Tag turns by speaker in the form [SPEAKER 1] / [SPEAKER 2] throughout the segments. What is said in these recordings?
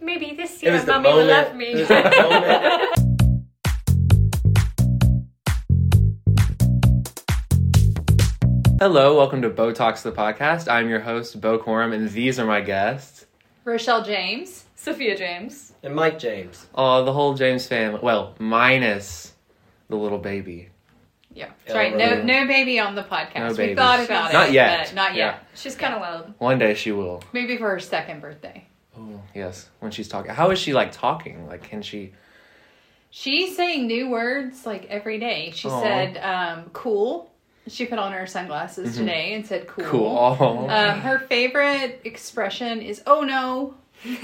[SPEAKER 1] Maybe this
[SPEAKER 2] It
[SPEAKER 1] year,
[SPEAKER 2] was the
[SPEAKER 1] mummy will love
[SPEAKER 2] moment. It
[SPEAKER 1] me.
[SPEAKER 2] was the moment. Hello, welcome to Botox the podcast. I'm your host Bo Corum, and these are my guests.
[SPEAKER 3] Rochelle James, Sophia James.
[SPEAKER 2] And Mike James. Oh, the whole James family. Well, minus the little baby.
[SPEAKER 3] Yeah,
[SPEAKER 2] Yeah,
[SPEAKER 3] that's right.
[SPEAKER 2] right.
[SPEAKER 3] No, no baby on the podcast.
[SPEAKER 2] No
[SPEAKER 3] we
[SPEAKER 2] babies.
[SPEAKER 3] thought about
[SPEAKER 2] Not
[SPEAKER 3] it.
[SPEAKER 2] yet.
[SPEAKER 3] But not yet.
[SPEAKER 1] She's kind of wild.
[SPEAKER 2] One day she will.
[SPEAKER 3] Maybe for her second birthday.
[SPEAKER 2] Oh, yes. When she's talking, how is she like talking? Like, can she?
[SPEAKER 3] She's saying new words like every day. She
[SPEAKER 2] Aw.
[SPEAKER 3] said um, cool. She put on her sunglasses today and said cool.
[SPEAKER 2] Mm-hmm. Cool. Oh.
[SPEAKER 3] Um, her favorite expression is oh no.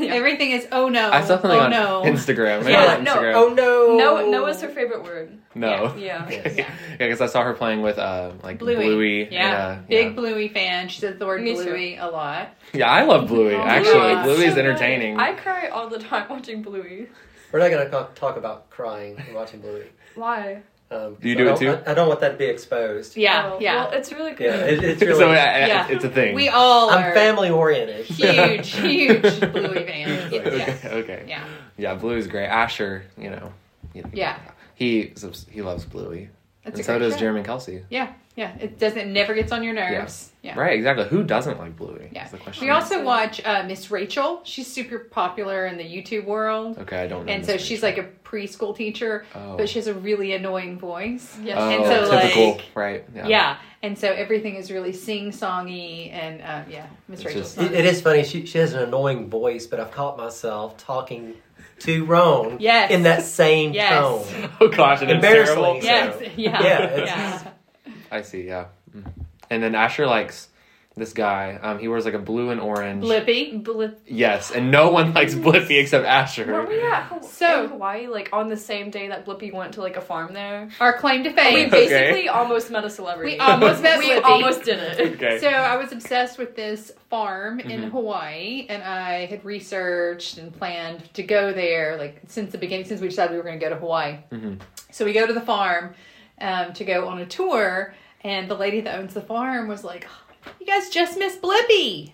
[SPEAKER 3] Everything is oh no.
[SPEAKER 2] I saw something
[SPEAKER 3] oh
[SPEAKER 2] on
[SPEAKER 3] no.
[SPEAKER 2] Instagram. Maybe
[SPEAKER 1] Yeah,
[SPEAKER 2] not
[SPEAKER 1] no,
[SPEAKER 2] Instagram.
[SPEAKER 4] Oh no!
[SPEAKER 1] No, no is her favorite word.
[SPEAKER 2] No.
[SPEAKER 1] Yeah.
[SPEAKER 2] Okay. Yeah, because I saw her playing with uh, like Bluey.
[SPEAKER 3] Bluey. Yeah.
[SPEAKER 2] and, uh,
[SPEAKER 3] Big
[SPEAKER 2] yeah.
[SPEAKER 3] Bluey fan. She said the word
[SPEAKER 1] Me too.
[SPEAKER 3] Bluey a lot.
[SPEAKER 2] Yeah, I love Bluey.
[SPEAKER 3] Oh,
[SPEAKER 2] Actually,
[SPEAKER 3] yeah.
[SPEAKER 2] Bluey's
[SPEAKER 1] So good.
[SPEAKER 2] entertaining.
[SPEAKER 1] I cry all the time watching Bluey.
[SPEAKER 4] We're not gonna co- talk about crying and watching Bluey.
[SPEAKER 1] Why?
[SPEAKER 4] Um,
[SPEAKER 2] Do you
[SPEAKER 4] 'cause
[SPEAKER 2] do
[SPEAKER 4] I
[SPEAKER 2] it
[SPEAKER 4] don't- I, I don't want that to be exposed.
[SPEAKER 3] Yeah.
[SPEAKER 1] Oh,
[SPEAKER 3] yeah.
[SPEAKER 1] Well, it's really good.
[SPEAKER 4] Yeah, it, it's really.
[SPEAKER 2] so I- I-
[SPEAKER 3] Yeah.
[SPEAKER 2] it's a thing.
[SPEAKER 3] we all
[SPEAKER 4] I'm
[SPEAKER 3] are
[SPEAKER 4] family oriented.
[SPEAKER 3] huge, huge Bluey fans.
[SPEAKER 4] Yeah.
[SPEAKER 2] okay.
[SPEAKER 3] Yes.
[SPEAKER 2] Okay.
[SPEAKER 3] Yeah.
[SPEAKER 2] Yeah, Bluey's great. Asher, you know. you-
[SPEAKER 3] Yeah.
[SPEAKER 2] He he loves Bluey,
[SPEAKER 3] That's a
[SPEAKER 2] and so
[SPEAKER 3] great
[SPEAKER 2] does
[SPEAKER 3] show.
[SPEAKER 2] Jeremy Kelsey.
[SPEAKER 3] Yeah, yeah. It doesn't it never gets on your nerves. Yeah.
[SPEAKER 2] Right. Exactly. Who doesn't like Bluey?
[SPEAKER 3] Yeah.
[SPEAKER 2] Is the question.
[SPEAKER 3] We also watch uh, Miss Rachel. She's super popular in the YouTube world.
[SPEAKER 2] Okay, I don't. know
[SPEAKER 3] And so
[SPEAKER 2] this
[SPEAKER 3] she's
[SPEAKER 2] name.
[SPEAKER 3] like a preschool teacher,
[SPEAKER 2] Oh.
[SPEAKER 3] but she has a really annoying voice.
[SPEAKER 1] Yes.
[SPEAKER 2] Oh,
[SPEAKER 3] and so, like-
[SPEAKER 2] typical. right.
[SPEAKER 3] Yeah. And so everything is really sing songy and uh, yeah, Miss
[SPEAKER 2] It's
[SPEAKER 3] Rachel's
[SPEAKER 2] just-
[SPEAKER 3] fun.
[SPEAKER 4] It, it is funny. She she has an annoying voice, but I've caught myself talking to Roan
[SPEAKER 3] Yes.
[SPEAKER 4] in that same
[SPEAKER 3] Yes.
[SPEAKER 4] tone.
[SPEAKER 2] Oh gosh, and it's
[SPEAKER 4] Embarrassingly
[SPEAKER 2] terrible.
[SPEAKER 4] so.
[SPEAKER 3] Yes, yeah.
[SPEAKER 4] Yeah, it's-
[SPEAKER 3] yeah.
[SPEAKER 2] I see. Yeah. Mm. And then Asher likes this guy. Um, he wears like a blue and orange.
[SPEAKER 3] Blippi.
[SPEAKER 1] Blip.
[SPEAKER 2] Yes, and no one likes Blippi except
[SPEAKER 1] Were
[SPEAKER 2] Asher.
[SPEAKER 1] we at Haw-
[SPEAKER 3] So-
[SPEAKER 1] in Hawaii like on the same day that Blippi went to like a farm there?
[SPEAKER 3] Our claim to
[SPEAKER 1] We
[SPEAKER 3] fame.
[SPEAKER 2] Okay.
[SPEAKER 1] basically almost met a celebrity.
[SPEAKER 3] We almost met
[SPEAKER 1] we
[SPEAKER 3] Blippi.
[SPEAKER 1] almost did it.
[SPEAKER 2] Okay. Mm-hmm.
[SPEAKER 3] So I was obsessed with this farm in Hawaii, and I had researched and planned to go there, like since the beginning, since we decided we were going to go to Hawaii.
[SPEAKER 2] Mhm.
[SPEAKER 3] So we go to the farm um, to go on a tour, and the lady that owns the farm was like, "Oh, "You guys just missed Blippi."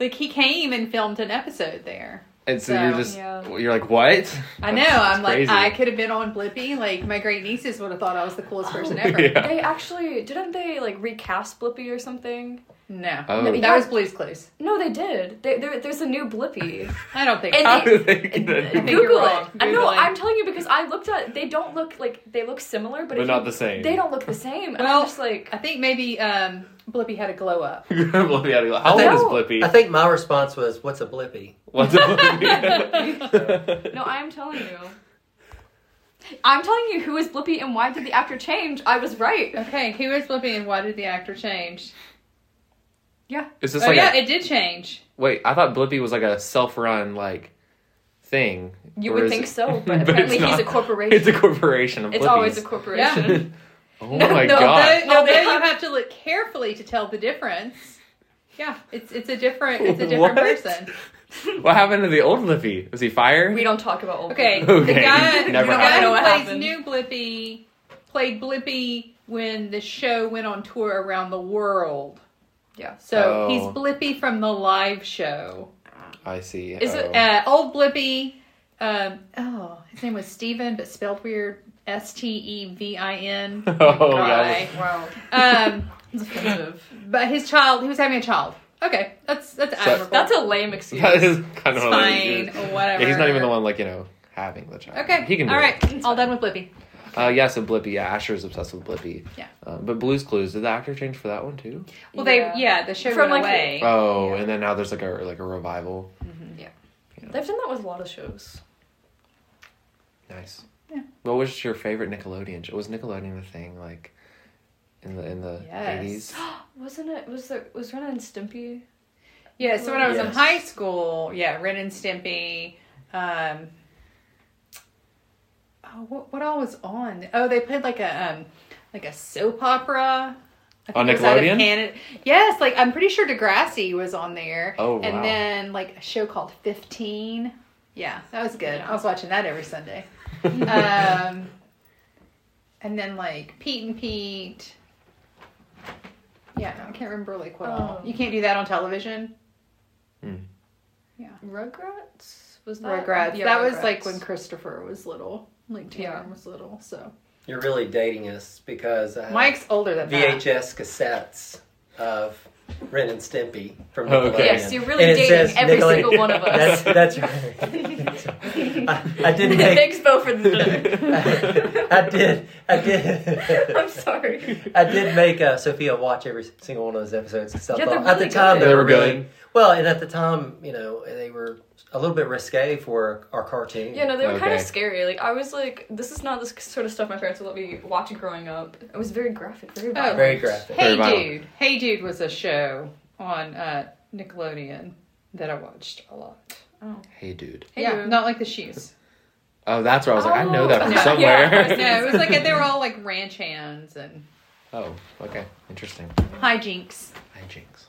[SPEAKER 3] Like he came and filmed an episode there.
[SPEAKER 2] and so,
[SPEAKER 3] so,
[SPEAKER 2] you're just
[SPEAKER 1] yeah.
[SPEAKER 2] you're like, what?
[SPEAKER 3] I know.
[SPEAKER 2] That's- that's
[SPEAKER 3] I'm like,
[SPEAKER 2] crazy.
[SPEAKER 3] I could have been on Blippi. Like my great nieces would have thought I was the coolest person ever.
[SPEAKER 2] Oh, Yeah.
[SPEAKER 1] They actually didn't they like recast Blippi or something?
[SPEAKER 3] No,
[SPEAKER 2] Oh.
[SPEAKER 3] that was Blue's Clues.
[SPEAKER 1] No, they did. They, there, there's a new Blippi.
[SPEAKER 3] I don't think.
[SPEAKER 1] And
[SPEAKER 2] How do they get that?
[SPEAKER 3] think
[SPEAKER 1] Google
[SPEAKER 3] you're
[SPEAKER 1] it.
[SPEAKER 3] wrong.
[SPEAKER 1] I know.
[SPEAKER 3] Google it.
[SPEAKER 1] I'm telling you because I looked at. They don't look like they look similar, but,
[SPEAKER 2] But
[SPEAKER 1] if
[SPEAKER 2] not
[SPEAKER 1] you-
[SPEAKER 2] the same.
[SPEAKER 1] They don't look the same. And I'm
[SPEAKER 3] Well,
[SPEAKER 1] just like,
[SPEAKER 3] I think maybe um, Blippi had a glow up.
[SPEAKER 2] Blippi had to go, How old
[SPEAKER 4] I
[SPEAKER 2] is
[SPEAKER 1] know.
[SPEAKER 2] Blippi?
[SPEAKER 4] I think my response was, "What's a blippy?"
[SPEAKER 2] What's a Blippi?
[SPEAKER 1] no, I'm telling you. I'm telling you who is Blippi and why did the actor change? I was right.
[SPEAKER 3] Okay, who is Blippi and why did the actor change?
[SPEAKER 2] It's just
[SPEAKER 3] oh
[SPEAKER 2] like
[SPEAKER 3] yeah,
[SPEAKER 2] a,
[SPEAKER 3] it did change.
[SPEAKER 2] wait. I thought Blippi was like a self-run like thing.
[SPEAKER 1] You
[SPEAKER 2] Or
[SPEAKER 1] would
[SPEAKER 2] is
[SPEAKER 1] think
[SPEAKER 2] it-
[SPEAKER 1] so,
[SPEAKER 2] but
[SPEAKER 1] but apparently
[SPEAKER 2] it's
[SPEAKER 1] he's
[SPEAKER 2] not.
[SPEAKER 1] a corporation.
[SPEAKER 2] It's a corporation. Of
[SPEAKER 1] It's always a
[SPEAKER 2] Blippis.
[SPEAKER 1] corporation.
[SPEAKER 2] Oh
[SPEAKER 3] No,
[SPEAKER 2] my
[SPEAKER 3] no,
[SPEAKER 2] god.
[SPEAKER 3] Although,
[SPEAKER 1] No, they-
[SPEAKER 3] although you have to look carefully to tell the difference. Yeah, it's it's a different it's a
[SPEAKER 2] What?
[SPEAKER 3] different person.
[SPEAKER 2] What happened to the old Blippi? Was he fired?
[SPEAKER 1] We don't talk about old
[SPEAKER 3] Okay,
[SPEAKER 1] people.
[SPEAKER 2] Okay,
[SPEAKER 3] the guy
[SPEAKER 2] never
[SPEAKER 3] the
[SPEAKER 2] happened.
[SPEAKER 3] guy
[SPEAKER 1] Know what
[SPEAKER 3] who
[SPEAKER 1] happened.
[SPEAKER 3] plays new Blippi played Blippi when the show went on tour around the world.
[SPEAKER 1] Yeah.
[SPEAKER 3] So
[SPEAKER 2] Oh.
[SPEAKER 3] he's Blippi from the live show.
[SPEAKER 2] I see.
[SPEAKER 1] Is it-
[SPEAKER 2] Oh.
[SPEAKER 3] uh, old Blippi. Um, oh, his name was Steven, but spelled weird. S T E V I N.
[SPEAKER 2] Oh, that
[SPEAKER 1] Wow.
[SPEAKER 3] Um,
[SPEAKER 1] That's offensive.
[SPEAKER 3] but his child, he was having a child. Okay, that's that's admirable.
[SPEAKER 1] That's a lame excuse.
[SPEAKER 2] That is kind of
[SPEAKER 3] It's
[SPEAKER 2] a lame
[SPEAKER 3] fine.
[SPEAKER 2] excuse.
[SPEAKER 3] Whatever.
[SPEAKER 2] Yeah, he's not even the one like you know having the child.
[SPEAKER 3] Okay,
[SPEAKER 2] he can. Do
[SPEAKER 3] all
[SPEAKER 2] it.
[SPEAKER 3] right, all done with Blippi.
[SPEAKER 2] Uh, yeah, so Blippi. Yeah, Asher's obsessed with Blippi.
[SPEAKER 3] Yeah.
[SPEAKER 2] Uh, but Blue's Clues. Did the actor change for that one too?
[SPEAKER 3] Well,
[SPEAKER 1] Yeah.
[SPEAKER 3] they yeah, the show
[SPEAKER 1] From,
[SPEAKER 3] went
[SPEAKER 1] like,
[SPEAKER 3] away.
[SPEAKER 2] Oh,
[SPEAKER 1] Yeah.
[SPEAKER 2] and then now there's like a like a revival.
[SPEAKER 1] They've done that with a lot of shows.
[SPEAKER 2] Nice.
[SPEAKER 3] Yeah.
[SPEAKER 2] What was your favorite Nickelodeon show? Was Nickelodeon the thing like in the in the
[SPEAKER 3] Yes.
[SPEAKER 2] eighties?
[SPEAKER 1] Wasn't it? Was there? Was Ren and Stimpy?
[SPEAKER 3] yeah, so when I was in
[SPEAKER 4] Yes.
[SPEAKER 3] high school, yeah, Ren and Stimpy. Um, oh, what what all was on? Oh, they played like a um, like a soap opera. I think
[SPEAKER 2] On
[SPEAKER 3] it was out of
[SPEAKER 2] Nickelodeon?
[SPEAKER 3] Canada. Yes, like I'm pretty sure Degrassi was on there.
[SPEAKER 2] Oh,
[SPEAKER 3] And
[SPEAKER 2] wow.
[SPEAKER 3] then like a show called Fifteen. Yeah, that was good.
[SPEAKER 1] Yeah.
[SPEAKER 3] I was watching that every Sunday. um, and then like Pete and Pete. Yeah, I can't remember like what all.
[SPEAKER 1] Oh.
[SPEAKER 3] You can't do that on television.
[SPEAKER 1] Rugrats. was that?
[SPEAKER 3] Regrets.
[SPEAKER 1] Yeah,
[SPEAKER 3] that was like
[SPEAKER 1] Regrets.
[SPEAKER 3] when Christopher was little. Like Tanner
[SPEAKER 1] Yeah.
[SPEAKER 3] was little. So
[SPEAKER 4] You're really dating us because uh,
[SPEAKER 3] Mike's older than that.
[SPEAKER 4] VHS cassettes of Ren and Stimpy from
[SPEAKER 2] Oh,
[SPEAKER 4] Nickelodeon.
[SPEAKER 2] okay.
[SPEAKER 1] Yes, you're really
[SPEAKER 4] And it
[SPEAKER 1] dating
[SPEAKER 4] says
[SPEAKER 1] every
[SPEAKER 4] Nickelodeon.
[SPEAKER 1] single one of us.
[SPEAKER 4] That's that's right. I, I did make.
[SPEAKER 1] Thanks, Bo, for the
[SPEAKER 4] I did. I did.
[SPEAKER 1] I'm sorry.
[SPEAKER 4] I did make uh, Sophia watch every single one of those episodes. 'cause I
[SPEAKER 1] Yeah,
[SPEAKER 4] thought-
[SPEAKER 1] they're
[SPEAKER 4] at the
[SPEAKER 1] really
[SPEAKER 4] time
[SPEAKER 1] good.
[SPEAKER 2] They were
[SPEAKER 4] really-
[SPEAKER 2] good.
[SPEAKER 4] Well, and at the time, you know, they were a little bit risque for our cartoon.
[SPEAKER 1] Yeah, no, they were kind of
[SPEAKER 2] Okay.
[SPEAKER 1] scary. Like I was like, this is not the sort of stuff my parents would let me watch growing up. Oh. It was very graphic, very violent.
[SPEAKER 4] very graphic.
[SPEAKER 3] Hey
[SPEAKER 2] Very violent.
[SPEAKER 3] Dude. Hey Dude was a show on uh, Nickelodeon that I watched a lot.
[SPEAKER 2] Hey, dude.
[SPEAKER 1] Hey,
[SPEAKER 3] yeah,
[SPEAKER 1] Dude.
[SPEAKER 3] not like the shoes.
[SPEAKER 2] Oh, that's where I was like, I know that from
[SPEAKER 1] Oh, yeah,
[SPEAKER 2] somewhere.
[SPEAKER 1] yeah.
[SPEAKER 3] No, it was like they were all like ranch hands and
[SPEAKER 2] Oh, okay. Interesting.
[SPEAKER 3] hijinks.
[SPEAKER 2] Hijinks.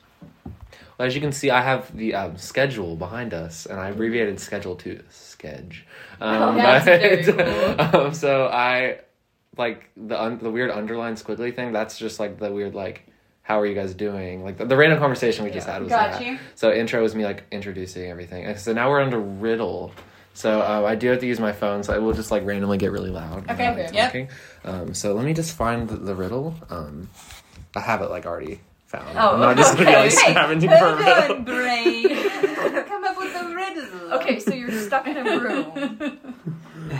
[SPEAKER 2] Well, as you can see, I have the um, schedule behind us, and I abbreviated schedule to sketch. Um,
[SPEAKER 1] That's
[SPEAKER 2] but-
[SPEAKER 1] very cool.
[SPEAKER 2] um, so I like the un- the weird underline squiggly thing. That's just like the weird like. How are you guys doing? Like the, the random conversation we just
[SPEAKER 3] Yeah.
[SPEAKER 2] had was
[SPEAKER 3] Got
[SPEAKER 2] that.
[SPEAKER 3] you.
[SPEAKER 2] So intro was me like introducing everything. And so now we're under riddle. So uh, I do have to use my phone. So it will just like randomly get really loud. when
[SPEAKER 3] Okay,
[SPEAKER 2] I'm, like,
[SPEAKER 3] yep.
[SPEAKER 2] talking. Um, so let me just find the, the riddle. Um, I have it like already found.
[SPEAKER 1] Oh,
[SPEAKER 2] I'm not just gonna be
[SPEAKER 1] okay.
[SPEAKER 2] like scavenging for a riddle.
[SPEAKER 3] brain. Come up with a riddle.
[SPEAKER 1] Okay, so you're stuck in a room.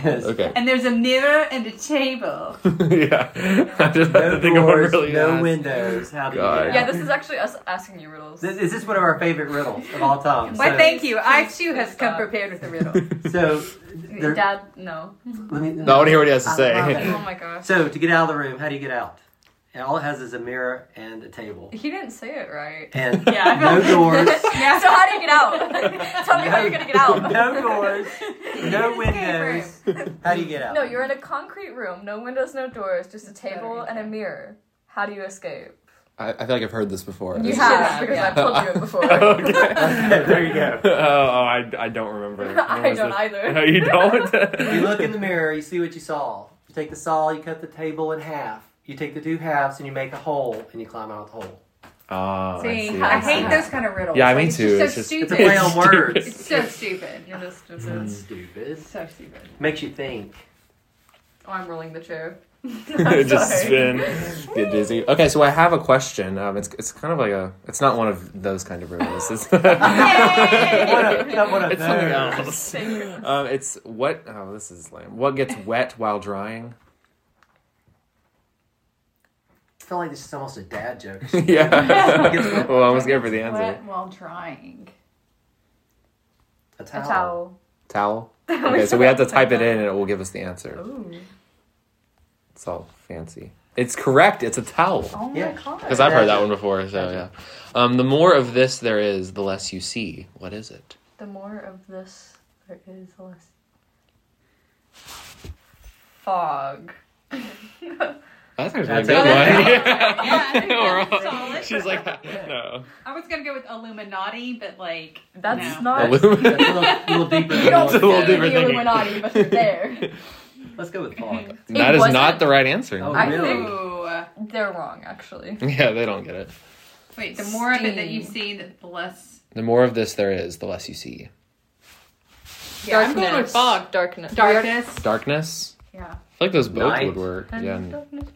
[SPEAKER 2] Okay.
[SPEAKER 3] And there's a mirror and a table.
[SPEAKER 2] yeah. I just have
[SPEAKER 4] No
[SPEAKER 2] to think of one
[SPEAKER 4] doors,
[SPEAKER 2] really
[SPEAKER 4] no
[SPEAKER 2] fast.
[SPEAKER 4] windows. How do
[SPEAKER 2] God.
[SPEAKER 4] you
[SPEAKER 1] yeah, this is actually us asking you riddles.
[SPEAKER 4] This, is this one of our favorite riddles of all time?
[SPEAKER 3] Why,
[SPEAKER 4] so,
[SPEAKER 3] thank you. I too have
[SPEAKER 1] Please
[SPEAKER 3] come
[SPEAKER 1] stop.
[SPEAKER 3] prepared with a riddle.
[SPEAKER 4] So, there-
[SPEAKER 1] Dad, no.
[SPEAKER 4] let me.
[SPEAKER 2] No, I want to hear what he has to
[SPEAKER 4] I love
[SPEAKER 2] say.
[SPEAKER 4] it.
[SPEAKER 1] Oh my gosh.
[SPEAKER 4] So to get out of the room, how do you get out? And all it has is a mirror and a table,
[SPEAKER 1] He didn't say it right.
[SPEAKER 4] and
[SPEAKER 3] Yeah, I
[SPEAKER 4] no
[SPEAKER 3] know.
[SPEAKER 4] doors,
[SPEAKER 1] Yeah. So how do you get out? Tell me how you're gonna get out.
[SPEAKER 4] no doors, no windows. How do you get out?
[SPEAKER 1] No, you're in a concrete room, no windows, no doors, just a table and a mirror. How do you escape?
[SPEAKER 2] I, I feel like I've heard this before.
[SPEAKER 1] You
[SPEAKER 2] This-
[SPEAKER 1] have, because
[SPEAKER 3] yeah.
[SPEAKER 1] I've told you it before.
[SPEAKER 2] okay.
[SPEAKER 4] there you go.
[SPEAKER 2] oh, oh, I, I don't remember. When
[SPEAKER 1] I
[SPEAKER 2] was
[SPEAKER 1] don't
[SPEAKER 2] this?
[SPEAKER 3] Oh,
[SPEAKER 1] either.
[SPEAKER 2] No, you don't?
[SPEAKER 4] You look in the mirror, you see what you saw. You take the saw, you cut the table in half. You take the two halves and you make a hole, and you climb out the hole.
[SPEAKER 2] Oh, I,
[SPEAKER 3] See,
[SPEAKER 2] see,
[SPEAKER 3] I,
[SPEAKER 2] I see.
[SPEAKER 3] hate those kind of riddles.
[SPEAKER 2] Yeah,
[SPEAKER 3] like,
[SPEAKER 2] me
[SPEAKER 3] it's
[SPEAKER 2] too.
[SPEAKER 3] Just so
[SPEAKER 2] It's just-
[SPEAKER 4] It's
[SPEAKER 3] stupid.
[SPEAKER 4] a play on words.
[SPEAKER 3] It's so stupid.
[SPEAKER 1] You're just, just
[SPEAKER 4] Hmm. Stupid.
[SPEAKER 3] It's so stupid.
[SPEAKER 4] Makes you think.
[SPEAKER 1] Oh, I'm rolling the chair.
[SPEAKER 2] just
[SPEAKER 1] sorry.
[SPEAKER 2] spin, get dizzy. Okay, so I have a question. Um, it's it's kind of like a. It's not one of those kind of riddles. It's,
[SPEAKER 4] What a- not what a
[SPEAKER 2] it's something
[SPEAKER 4] nerd.
[SPEAKER 2] else. Um, it's what? Oh, this is lame. What gets wet while drying?
[SPEAKER 4] I feel like this is almost a dad joke.
[SPEAKER 2] yeah. well, I was good for the answer.
[SPEAKER 3] Wet while drying.
[SPEAKER 4] A
[SPEAKER 1] A
[SPEAKER 4] towel.
[SPEAKER 1] towel.
[SPEAKER 2] Towel. Okay, so we have to type it in, and it will give us the answer.
[SPEAKER 1] Ooh.
[SPEAKER 2] It's all fancy. It's correct. It's a towel.
[SPEAKER 1] Oh my
[SPEAKER 4] Yeah.
[SPEAKER 2] Because
[SPEAKER 1] god.
[SPEAKER 2] I've heard that one before. So yeah. Um, the more of this there is, the less you see. What is it?
[SPEAKER 1] The more of this there is, the less. Fog.
[SPEAKER 2] That's actually
[SPEAKER 4] That's
[SPEAKER 2] a good
[SPEAKER 4] it.
[SPEAKER 2] one.
[SPEAKER 3] Yeah, I think
[SPEAKER 2] We're
[SPEAKER 3] that's
[SPEAKER 2] all-
[SPEAKER 3] solid.
[SPEAKER 2] She's like, no.
[SPEAKER 3] I was gonna go with Illuminati, but like
[SPEAKER 1] That's
[SPEAKER 3] no.
[SPEAKER 1] not.
[SPEAKER 4] That's
[SPEAKER 2] Aluminum.
[SPEAKER 4] a little, a little deeper.
[SPEAKER 1] You
[SPEAKER 4] Than
[SPEAKER 1] don't
[SPEAKER 2] It's a
[SPEAKER 1] say
[SPEAKER 2] little
[SPEAKER 1] the
[SPEAKER 2] different thinking.
[SPEAKER 1] Illuminati, but you're there.
[SPEAKER 4] Let's go with fog.
[SPEAKER 1] It
[SPEAKER 2] That is
[SPEAKER 1] wasn't-
[SPEAKER 2] not the right answer.
[SPEAKER 4] Oh,
[SPEAKER 1] I
[SPEAKER 4] really?
[SPEAKER 1] think-
[SPEAKER 3] Ooh.
[SPEAKER 1] They're wrong, actually.
[SPEAKER 2] Yeah, they don't get it.
[SPEAKER 3] Wait, the more of it that you
[SPEAKER 1] Steam.
[SPEAKER 3] see, the the less.
[SPEAKER 2] The more of this there is, the less you see.
[SPEAKER 3] Yeah, I'm going with fog.
[SPEAKER 1] Darkness.
[SPEAKER 3] Darkness.
[SPEAKER 2] Darkness.
[SPEAKER 3] Yeah.
[SPEAKER 2] I feel like those both
[SPEAKER 4] Night.
[SPEAKER 2] would work. Yeah. and-
[SPEAKER 1] Darkness,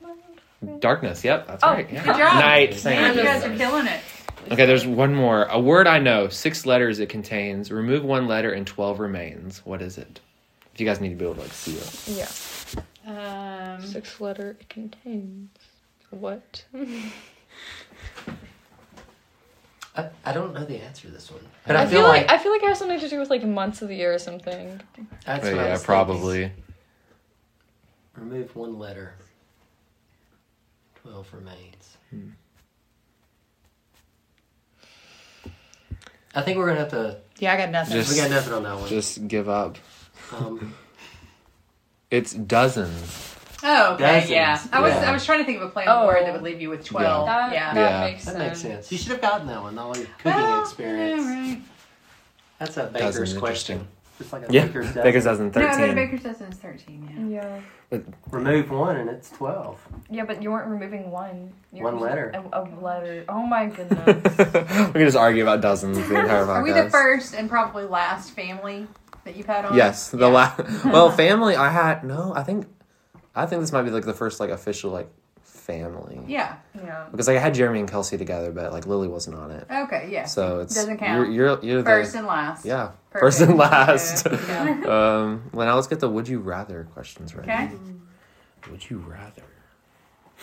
[SPEAKER 1] mind.
[SPEAKER 2] Darkness. Yep, that's
[SPEAKER 1] Oh,
[SPEAKER 2] right. Yeah.
[SPEAKER 3] good job.
[SPEAKER 2] Night.
[SPEAKER 3] Man,
[SPEAKER 2] Same.
[SPEAKER 3] you guys are killing it.
[SPEAKER 2] Okay, there's one more. A word I know, six letters it contains. Remove one letter and twelve remains. What is it? If you guys need to be able to like see it.
[SPEAKER 1] Yeah.
[SPEAKER 3] Um,
[SPEAKER 1] Six letter it contains. What?
[SPEAKER 4] I, I don't know the answer to this one, but
[SPEAKER 2] I
[SPEAKER 4] I,
[SPEAKER 1] I
[SPEAKER 4] feel, like,
[SPEAKER 1] I feel like it has something to do with like months of the year or something.
[SPEAKER 4] that's
[SPEAKER 2] Oh,
[SPEAKER 4] what I
[SPEAKER 2] yeah,
[SPEAKER 4] was
[SPEAKER 2] probably.
[SPEAKER 4] thinking. Remove one letter. Twelve remains.
[SPEAKER 1] Hmm.
[SPEAKER 4] I think we're gonna have to.
[SPEAKER 3] yeah, I got nothing.
[SPEAKER 2] Just-
[SPEAKER 4] We got nothing on that one.
[SPEAKER 2] Just give up.
[SPEAKER 4] Um,
[SPEAKER 2] It's dozens.
[SPEAKER 3] oh, okay,
[SPEAKER 4] Dozens.
[SPEAKER 3] yeah. I was
[SPEAKER 2] Yeah.
[SPEAKER 3] I was trying to think of a play
[SPEAKER 1] Oh.
[SPEAKER 3] on word that would leave you with twelve.
[SPEAKER 1] That,
[SPEAKER 3] Yeah.
[SPEAKER 1] that
[SPEAKER 2] Yeah.
[SPEAKER 1] makes
[SPEAKER 4] that
[SPEAKER 1] sense.
[SPEAKER 4] makes sense. You should have gotten that one. All your cooking
[SPEAKER 3] Well,
[SPEAKER 4] experience.
[SPEAKER 3] yeah, right.
[SPEAKER 4] That's a
[SPEAKER 2] Doesn't
[SPEAKER 4] baker's
[SPEAKER 2] it
[SPEAKER 4] question. Just like a baker's dozen.
[SPEAKER 2] Baker's dozen
[SPEAKER 3] No, but a
[SPEAKER 2] thirteen.
[SPEAKER 3] baker's dozen is thirteen.
[SPEAKER 1] Yeah.
[SPEAKER 4] Remove one and it's twelve.
[SPEAKER 1] Yeah, but you weren't removing one. You
[SPEAKER 4] One
[SPEAKER 1] were
[SPEAKER 4] letter.
[SPEAKER 1] A, a letter. Oh my
[SPEAKER 2] we
[SPEAKER 1] goodness.
[SPEAKER 2] can just argue about dozens the entire
[SPEAKER 3] Yeah.
[SPEAKER 2] podcast.
[SPEAKER 3] Are we the first and probably last family that you've had on?
[SPEAKER 2] Yes, the
[SPEAKER 3] Yeah.
[SPEAKER 2] last. well, family. I had no. I think, I think this might be like the first like official like family.
[SPEAKER 3] Yeah.
[SPEAKER 1] Yeah.
[SPEAKER 2] Because like I had Jeremy and Kelsey together, but like Lily wasn't on it,
[SPEAKER 3] Okay. Yeah.
[SPEAKER 2] so it's
[SPEAKER 3] Doesn't count.
[SPEAKER 2] You're you're, you're
[SPEAKER 3] First
[SPEAKER 2] the
[SPEAKER 3] and last.
[SPEAKER 2] yeah
[SPEAKER 3] Perfect.
[SPEAKER 2] first and last.
[SPEAKER 3] Yeah.
[SPEAKER 2] um, well, now let's get the would you rather questions right.
[SPEAKER 3] Okay.
[SPEAKER 2] Would you rather?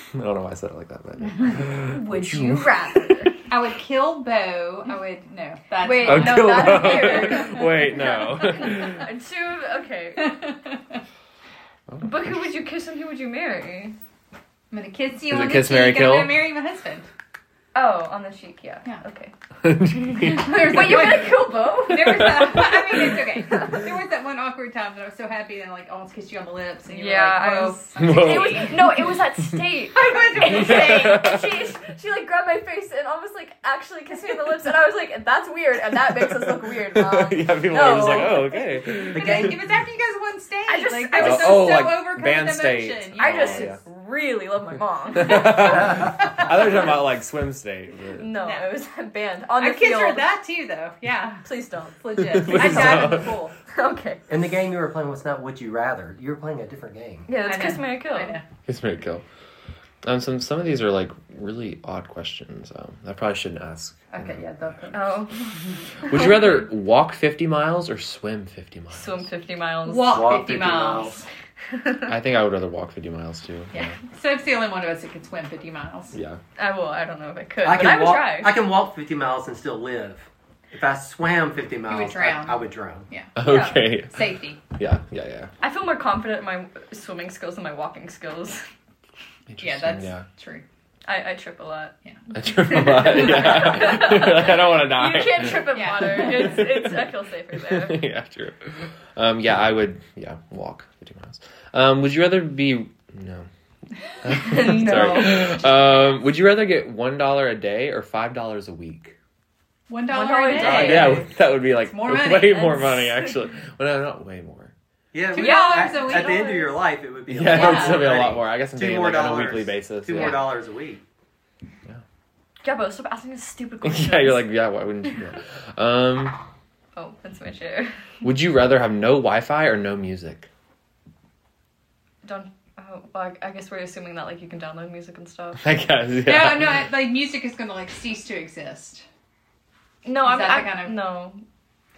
[SPEAKER 2] I don't know why I said it like that, but
[SPEAKER 1] Would you rather?
[SPEAKER 3] I would kill Bo. I would no. That's
[SPEAKER 1] Wait,
[SPEAKER 2] I'll
[SPEAKER 1] no,
[SPEAKER 2] kill
[SPEAKER 1] that's
[SPEAKER 2] them.
[SPEAKER 1] weird.
[SPEAKER 2] Wait, no.
[SPEAKER 1] Two, okay. But who would you kiss and who would you marry?
[SPEAKER 3] I'm gonna kiss
[SPEAKER 2] Is
[SPEAKER 3] you on
[SPEAKER 2] it
[SPEAKER 3] the
[SPEAKER 2] kiss,
[SPEAKER 3] cheek
[SPEAKER 2] marry,
[SPEAKER 3] and
[SPEAKER 2] kill?
[SPEAKER 3] I'm gonna marry my husband.
[SPEAKER 1] Oh, on the cheek, yeah.
[SPEAKER 3] Yeah.
[SPEAKER 1] Okay.
[SPEAKER 3] There's
[SPEAKER 1] Wait,
[SPEAKER 3] that
[SPEAKER 1] you're
[SPEAKER 3] one,
[SPEAKER 1] gonna kill Bo?
[SPEAKER 3] there was that, I mean, it's okay. There was that one awkward time that I was so happy and like almost kissed you on the lips and you
[SPEAKER 1] Yeah, I
[SPEAKER 3] were like,
[SPEAKER 1] was-
[SPEAKER 3] "Whoa."
[SPEAKER 1] It was, no, it was at state.
[SPEAKER 3] I was gonna say.
[SPEAKER 1] she, she like grabbed my face and almost like actually kissed me on the lips, and I was like, "That's weird," and that makes us look weird, mom.
[SPEAKER 2] yeah, people are just like,
[SPEAKER 1] No.
[SPEAKER 2] oh, okay.
[SPEAKER 4] The
[SPEAKER 3] But then,
[SPEAKER 4] game,
[SPEAKER 3] it was after you guys won stage.
[SPEAKER 1] I just-
[SPEAKER 3] like,
[SPEAKER 1] I
[SPEAKER 3] I was
[SPEAKER 1] just-
[SPEAKER 3] so,
[SPEAKER 2] Oh,
[SPEAKER 3] so
[SPEAKER 2] like,
[SPEAKER 3] overcome
[SPEAKER 2] band
[SPEAKER 3] with emotion.
[SPEAKER 2] stage.
[SPEAKER 1] I
[SPEAKER 2] Oh,
[SPEAKER 1] just
[SPEAKER 2] yeah.
[SPEAKER 1] really love my mom.
[SPEAKER 2] I thought you were talking about like swim state. but-
[SPEAKER 1] No,
[SPEAKER 3] No.
[SPEAKER 1] it was a band on the
[SPEAKER 3] I kissed
[SPEAKER 1] field.
[SPEAKER 3] her that too, though. Yeah,
[SPEAKER 1] Please don't.
[SPEAKER 3] it's legit.
[SPEAKER 2] Please
[SPEAKER 3] I died in
[SPEAKER 2] don't.
[SPEAKER 3] the pool.
[SPEAKER 1] Okay.
[SPEAKER 4] and the game you were playing was not Would You Rather. You were playing a different game.
[SPEAKER 1] Yeah, that's
[SPEAKER 3] I know.
[SPEAKER 1] kiss marry kill.
[SPEAKER 3] I know.
[SPEAKER 2] It's pretty cool. Um, some some of these are like really odd questions. Um, I probably shouldn't ask.
[SPEAKER 3] Okay, yeah, the
[SPEAKER 1] Oh,
[SPEAKER 2] Would you rather walk fifty miles or swim fifty miles?
[SPEAKER 1] swim fifty miles.
[SPEAKER 3] walk,
[SPEAKER 4] Walk
[SPEAKER 3] 50,
[SPEAKER 4] 50
[SPEAKER 3] miles.
[SPEAKER 4] miles.
[SPEAKER 2] I think I would rather walk fifty miles too.
[SPEAKER 3] Yeah, so it's the only one of us that could swim 50 miles.
[SPEAKER 2] Yeah.
[SPEAKER 1] I will. I don't know if I could.
[SPEAKER 4] I
[SPEAKER 1] but I
[SPEAKER 4] can
[SPEAKER 1] would
[SPEAKER 4] walk.
[SPEAKER 1] try.
[SPEAKER 4] I can walk 50 miles and still live. If I swam 50 miles, I-
[SPEAKER 3] drown.
[SPEAKER 4] I, would drown.
[SPEAKER 2] Okay.
[SPEAKER 3] Safety.
[SPEAKER 2] Yeah. Yeah. Yeah.
[SPEAKER 1] I feel more confident in my swimming skills than my walking skills.
[SPEAKER 3] Yeah,
[SPEAKER 2] Interesting,
[SPEAKER 3] that's
[SPEAKER 2] yeah.
[SPEAKER 3] true.
[SPEAKER 1] I, I trip a lot.
[SPEAKER 2] I trip a lot. Yeah. Like, I don't want to
[SPEAKER 1] You
[SPEAKER 2] die.
[SPEAKER 1] can't trip in
[SPEAKER 3] Yeah.
[SPEAKER 1] water. It's, it's I feel safer there.
[SPEAKER 2] yeah, true. Um, yeah, I would. Yeah, walk fifty miles. Um, would you rather be no? Sorry. Um, would you rather get one dollar a day or five dollars a week?
[SPEAKER 3] One
[SPEAKER 1] dollar
[SPEAKER 3] dollar
[SPEAKER 1] a
[SPEAKER 3] a
[SPEAKER 1] day.
[SPEAKER 3] day.
[SPEAKER 2] Yeah, that would be like
[SPEAKER 3] more money.
[SPEAKER 2] way more
[SPEAKER 1] That's-
[SPEAKER 2] money actually. Well, no, not way more.
[SPEAKER 4] Yeah,
[SPEAKER 3] Two
[SPEAKER 4] we-
[SPEAKER 3] dollars
[SPEAKER 4] at,
[SPEAKER 3] a week.
[SPEAKER 4] At the end of your life, it would be.
[SPEAKER 2] Yeah,
[SPEAKER 4] a
[SPEAKER 3] Yeah.
[SPEAKER 4] lot
[SPEAKER 2] that's gonna be a
[SPEAKER 4] money.
[SPEAKER 2] lot more. I guess I'm
[SPEAKER 4] Two
[SPEAKER 2] thinking
[SPEAKER 4] more
[SPEAKER 2] like on a
[SPEAKER 4] dollars.
[SPEAKER 2] weekly basis.
[SPEAKER 4] Two
[SPEAKER 2] yeah.
[SPEAKER 4] more dollars a week.
[SPEAKER 1] Yeah, but stop asking us stupid questions.
[SPEAKER 2] yeah, you're like, yeah, why wouldn't you? do that? Um,
[SPEAKER 1] oh, that's my chair.
[SPEAKER 2] would you rather have no Wi-Fi or no music?
[SPEAKER 1] Don't. Oh, well, I guess we're assuming that like you can download music and stuff.
[SPEAKER 2] I guess. Yeah.
[SPEAKER 3] No, no, I- like music is going to like cease to exist.
[SPEAKER 1] No,
[SPEAKER 3] Is
[SPEAKER 1] I'm
[SPEAKER 3] that
[SPEAKER 1] I,
[SPEAKER 3] the kind of-
[SPEAKER 1] no.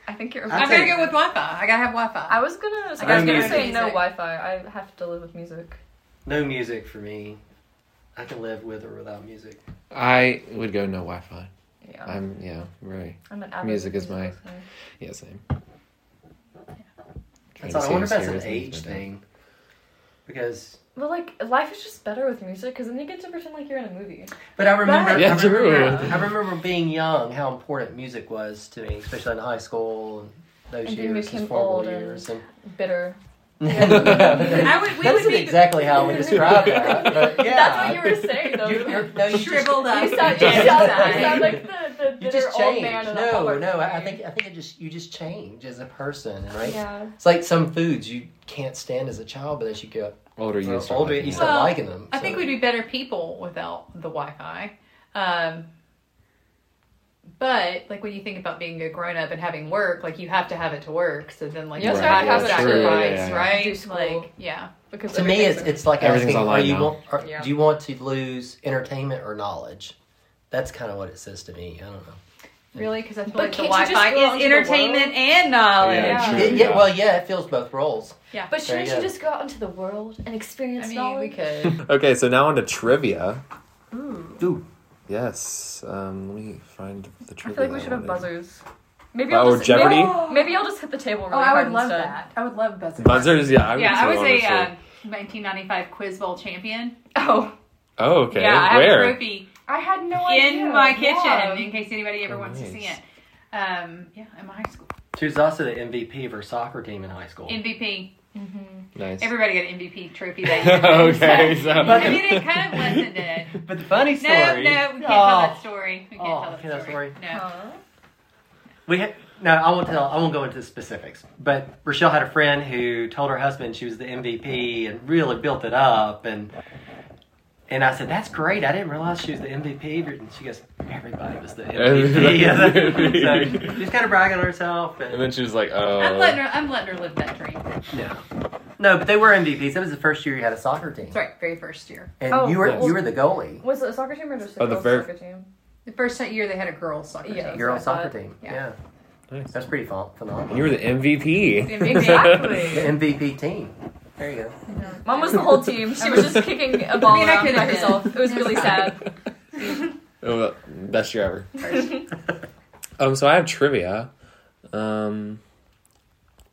[SPEAKER 1] I think you're.
[SPEAKER 4] I
[SPEAKER 1] I,
[SPEAKER 3] I'm going
[SPEAKER 4] think-
[SPEAKER 3] to go with Wi Fi. I got to have Wi Fi.
[SPEAKER 1] was gonna. I was
[SPEAKER 4] I
[SPEAKER 1] gonna
[SPEAKER 4] mean-
[SPEAKER 1] say no
[SPEAKER 3] Music.
[SPEAKER 1] Wi-Fi. I have to live with music.
[SPEAKER 4] No music for me. I can live with or without music.
[SPEAKER 2] I would go no Wi-Fi.
[SPEAKER 1] Yeah, I'm,
[SPEAKER 2] I'm yeah, right.
[SPEAKER 1] an avid
[SPEAKER 2] music is my-
[SPEAKER 1] listener.
[SPEAKER 2] Yeah, same. Trying
[SPEAKER 4] That's
[SPEAKER 2] to
[SPEAKER 4] all. I
[SPEAKER 2] see
[SPEAKER 4] wonder if
[SPEAKER 2] if
[SPEAKER 4] that's an
[SPEAKER 2] Sarah's name
[SPEAKER 4] age
[SPEAKER 2] is my dad.
[SPEAKER 4] thing. Because,
[SPEAKER 1] But like life is just better with music because then you get to pretend like you're in a movie.
[SPEAKER 4] but I remember,
[SPEAKER 2] Yeah,
[SPEAKER 4] I, remember
[SPEAKER 2] true.
[SPEAKER 4] I remember being young how important music was to me, especially in high school and those
[SPEAKER 1] And then you
[SPEAKER 4] years, those
[SPEAKER 1] became
[SPEAKER 4] formal
[SPEAKER 1] older.
[SPEAKER 4] years. And
[SPEAKER 1] Bitter.
[SPEAKER 3] I would, we
[SPEAKER 4] that
[SPEAKER 3] would
[SPEAKER 4] isn't
[SPEAKER 3] be
[SPEAKER 4] exactly how we describe that. But yeah,
[SPEAKER 1] That's what you were saying though.
[SPEAKER 4] You- you're- no, you just-
[SPEAKER 3] shriveled up.
[SPEAKER 1] You sound, you
[SPEAKER 4] Yeah.
[SPEAKER 1] sound, you sound like the, the
[SPEAKER 4] You
[SPEAKER 1] bitter
[SPEAKER 4] just
[SPEAKER 1] old
[SPEAKER 4] change.
[SPEAKER 1] man in a
[SPEAKER 4] No,
[SPEAKER 1] Hallmark
[SPEAKER 4] no. I I
[SPEAKER 1] movie.
[SPEAKER 4] think I think it just you just change as a person, right?
[SPEAKER 1] Yeah.
[SPEAKER 4] It's like some foods you can't stand as a child, but as you get
[SPEAKER 2] Older you start.
[SPEAKER 4] older,
[SPEAKER 2] liking
[SPEAKER 4] you
[SPEAKER 2] it.
[SPEAKER 4] start
[SPEAKER 3] Well,
[SPEAKER 4] liking them.
[SPEAKER 3] I
[SPEAKER 4] so-
[SPEAKER 3] think we'd be better people without the Wi Fi. Um, but like when you think about being a grown up and having work, like you have to have it to work. So then like
[SPEAKER 1] You
[SPEAKER 2] also
[SPEAKER 3] that's
[SPEAKER 2] have to
[SPEAKER 3] a
[SPEAKER 2] have it at work. Yeah,
[SPEAKER 3] sacrifice,
[SPEAKER 2] yeah, yeah.
[SPEAKER 1] Do
[SPEAKER 3] right?
[SPEAKER 1] school.
[SPEAKER 3] Like yeah.
[SPEAKER 1] Because
[SPEAKER 4] to me, it's,
[SPEAKER 1] everything's
[SPEAKER 4] it's like
[SPEAKER 2] Everything's
[SPEAKER 4] asking, are
[SPEAKER 2] online
[SPEAKER 4] you
[SPEAKER 2] now.
[SPEAKER 4] want, are,
[SPEAKER 1] Yeah.
[SPEAKER 4] do you want to lose entertainment or knowledge? That's kind of what it says to me. I don't know.
[SPEAKER 3] Really? Because I feel
[SPEAKER 1] But
[SPEAKER 3] like the
[SPEAKER 1] can't you just
[SPEAKER 3] Wi-Fi
[SPEAKER 1] go out
[SPEAKER 3] is
[SPEAKER 1] into the
[SPEAKER 3] entertainment
[SPEAKER 1] world?
[SPEAKER 3] and knowledge.
[SPEAKER 1] Yeah.
[SPEAKER 2] true,
[SPEAKER 4] It- yeah, well, yeah, it fills both roles.
[SPEAKER 1] a- But
[SPEAKER 4] There you
[SPEAKER 1] shouldn't you
[SPEAKER 4] go.
[SPEAKER 1] just go out into the world and experience
[SPEAKER 3] I mean, we
[SPEAKER 1] knowledge?
[SPEAKER 3] could.
[SPEAKER 2] Okay, so now on to trivia.
[SPEAKER 1] Ooh.
[SPEAKER 4] Ooh,
[SPEAKER 2] Yes. Um, let me find the
[SPEAKER 1] I
[SPEAKER 2] trivia.
[SPEAKER 1] feel like we should have
[SPEAKER 2] one.
[SPEAKER 1] buzzers. Maybe
[SPEAKER 2] Oh,
[SPEAKER 1] I'll just
[SPEAKER 2] Jeopardy?
[SPEAKER 1] Maybe, maybe I'll just hit the table really
[SPEAKER 3] Oh, I
[SPEAKER 1] hard
[SPEAKER 3] would love
[SPEAKER 1] instead.
[SPEAKER 3] that. I would love buzzers.
[SPEAKER 2] Buzzers, yeah. I
[SPEAKER 3] Yeah, I was
[SPEAKER 2] would
[SPEAKER 3] a
[SPEAKER 2] say,
[SPEAKER 3] uh,
[SPEAKER 2] honestly.
[SPEAKER 3] 1995 Quiz Bowl champion.
[SPEAKER 1] Oh,
[SPEAKER 2] Oh, okay.
[SPEAKER 3] yeah, I have
[SPEAKER 2] Where?
[SPEAKER 3] a trophy
[SPEAKER 1] I had no idea.
[SPEAKER 3] in my kitchen
[SPEAKER 1] Yeah.
[SPEAKER 3] in case anybody ever
[SPEAKER 2] Oh,
[SPEAKER 3] wants to see
[SPEAKER 2] nice.
[SPEAKER 3] it. Um, yeah, in my high school.
[SPEAKER 4] she was also the MVP of her soccer team in high school.
[SPEAKER 3] MVP.
[SPEAKER 2] nice.
[SPEAKER 3] Everybody got an MVP trophy that year.
[SPEAKER 2] okay, so
[SPEAKER 4] But-
[SPEAKER 3] If you didn't come, listen to it.
[SPEAKER 4] But the funny
[SPEAKER 3] No,
[SPEAKER 4] story.
[SPEAKER 3] no, we can't tell that story. We can't
[SPEAKER 4] Oh,
[SPEAKER 3] tell
[SPEAKER 4] okay, that's
[SPEAKER 3] that story.
[SPEAKER 4] right.
[SPEAKER 3] No.
[SPEAKER 1] Huh?
[SPEAKER 4] We had, no, I won't tell. I won't go into the specifics. But Rochelle had a friend who told her husband she was the MVP and really built it up. And And I said, "That's great. I didn't realize she was the MVP." of your-" And she goes, "Everybody was the MVP." of that." so she's kind of bragging on herself.
[SPEAKER 2] And
[SPEAKER 4] And,
[SPEAKER 2] then she was like, "Oh,
[SPEAKER 3] I'm letting her. I'm letting her live that dream. That's
[SPEAKER 4] no, no, but they were MVPs. That was the first year you had a soccer team,
[SPEAKER 3] right. Very first year.
[SPEAKER 4] and
[SPEAKER 1] Oh,
[SPEAKER 4] you were
[SPEAKER 1] yes.
[SPEAKER 4] you were the goalie,
[SPEAKER 1] Was it a soccer team or just a
[SPEAKER 2] Oh, the
[SPEAKER 1] girls'
[SPEAKER 2] very-
[SPEAKER 1] soccer team?
[SPEAKER 3] The first year they had a girls soccer
[SPEAKER 1] Yeah.
[SPEAKER 3] team.
[SPEAKER 1] Girl-
[SPEAKER 4] girls
[SPEAKER 1] what I
[SPEAKER 4] soccer
[SPEAKER 1] thought.
[SPEAKER 4] team.
[SPEAKER 3] Yeah.
[SPEAKER 4] Yeah,
[SPEAKER 2] nice.
[SPEAKER 4] that's pretty phen-
[SPEAKER 2] And
[SPEAKER 4] phenomenal.
[SPEAKER 2] you were the MVP."
[SPEAKER 3] Exactly.
[SPEAKER 4] The MVP team. There you go.
[SPEAKER 3] uh,
[SPEAKER 1] Mom was the whole team. She was just kicking a ball
[SPEAKER 3] I mean, I
[SPEAKER 1] around
[SPEAKER 3] could
[SPEAKER 1] by
[SPEAKER 3] have been.
[SPEAKER 1] herself. It was really sad.
[SPEAKER 2] Oh, well, best year ever. Um, so I have trivia. Um,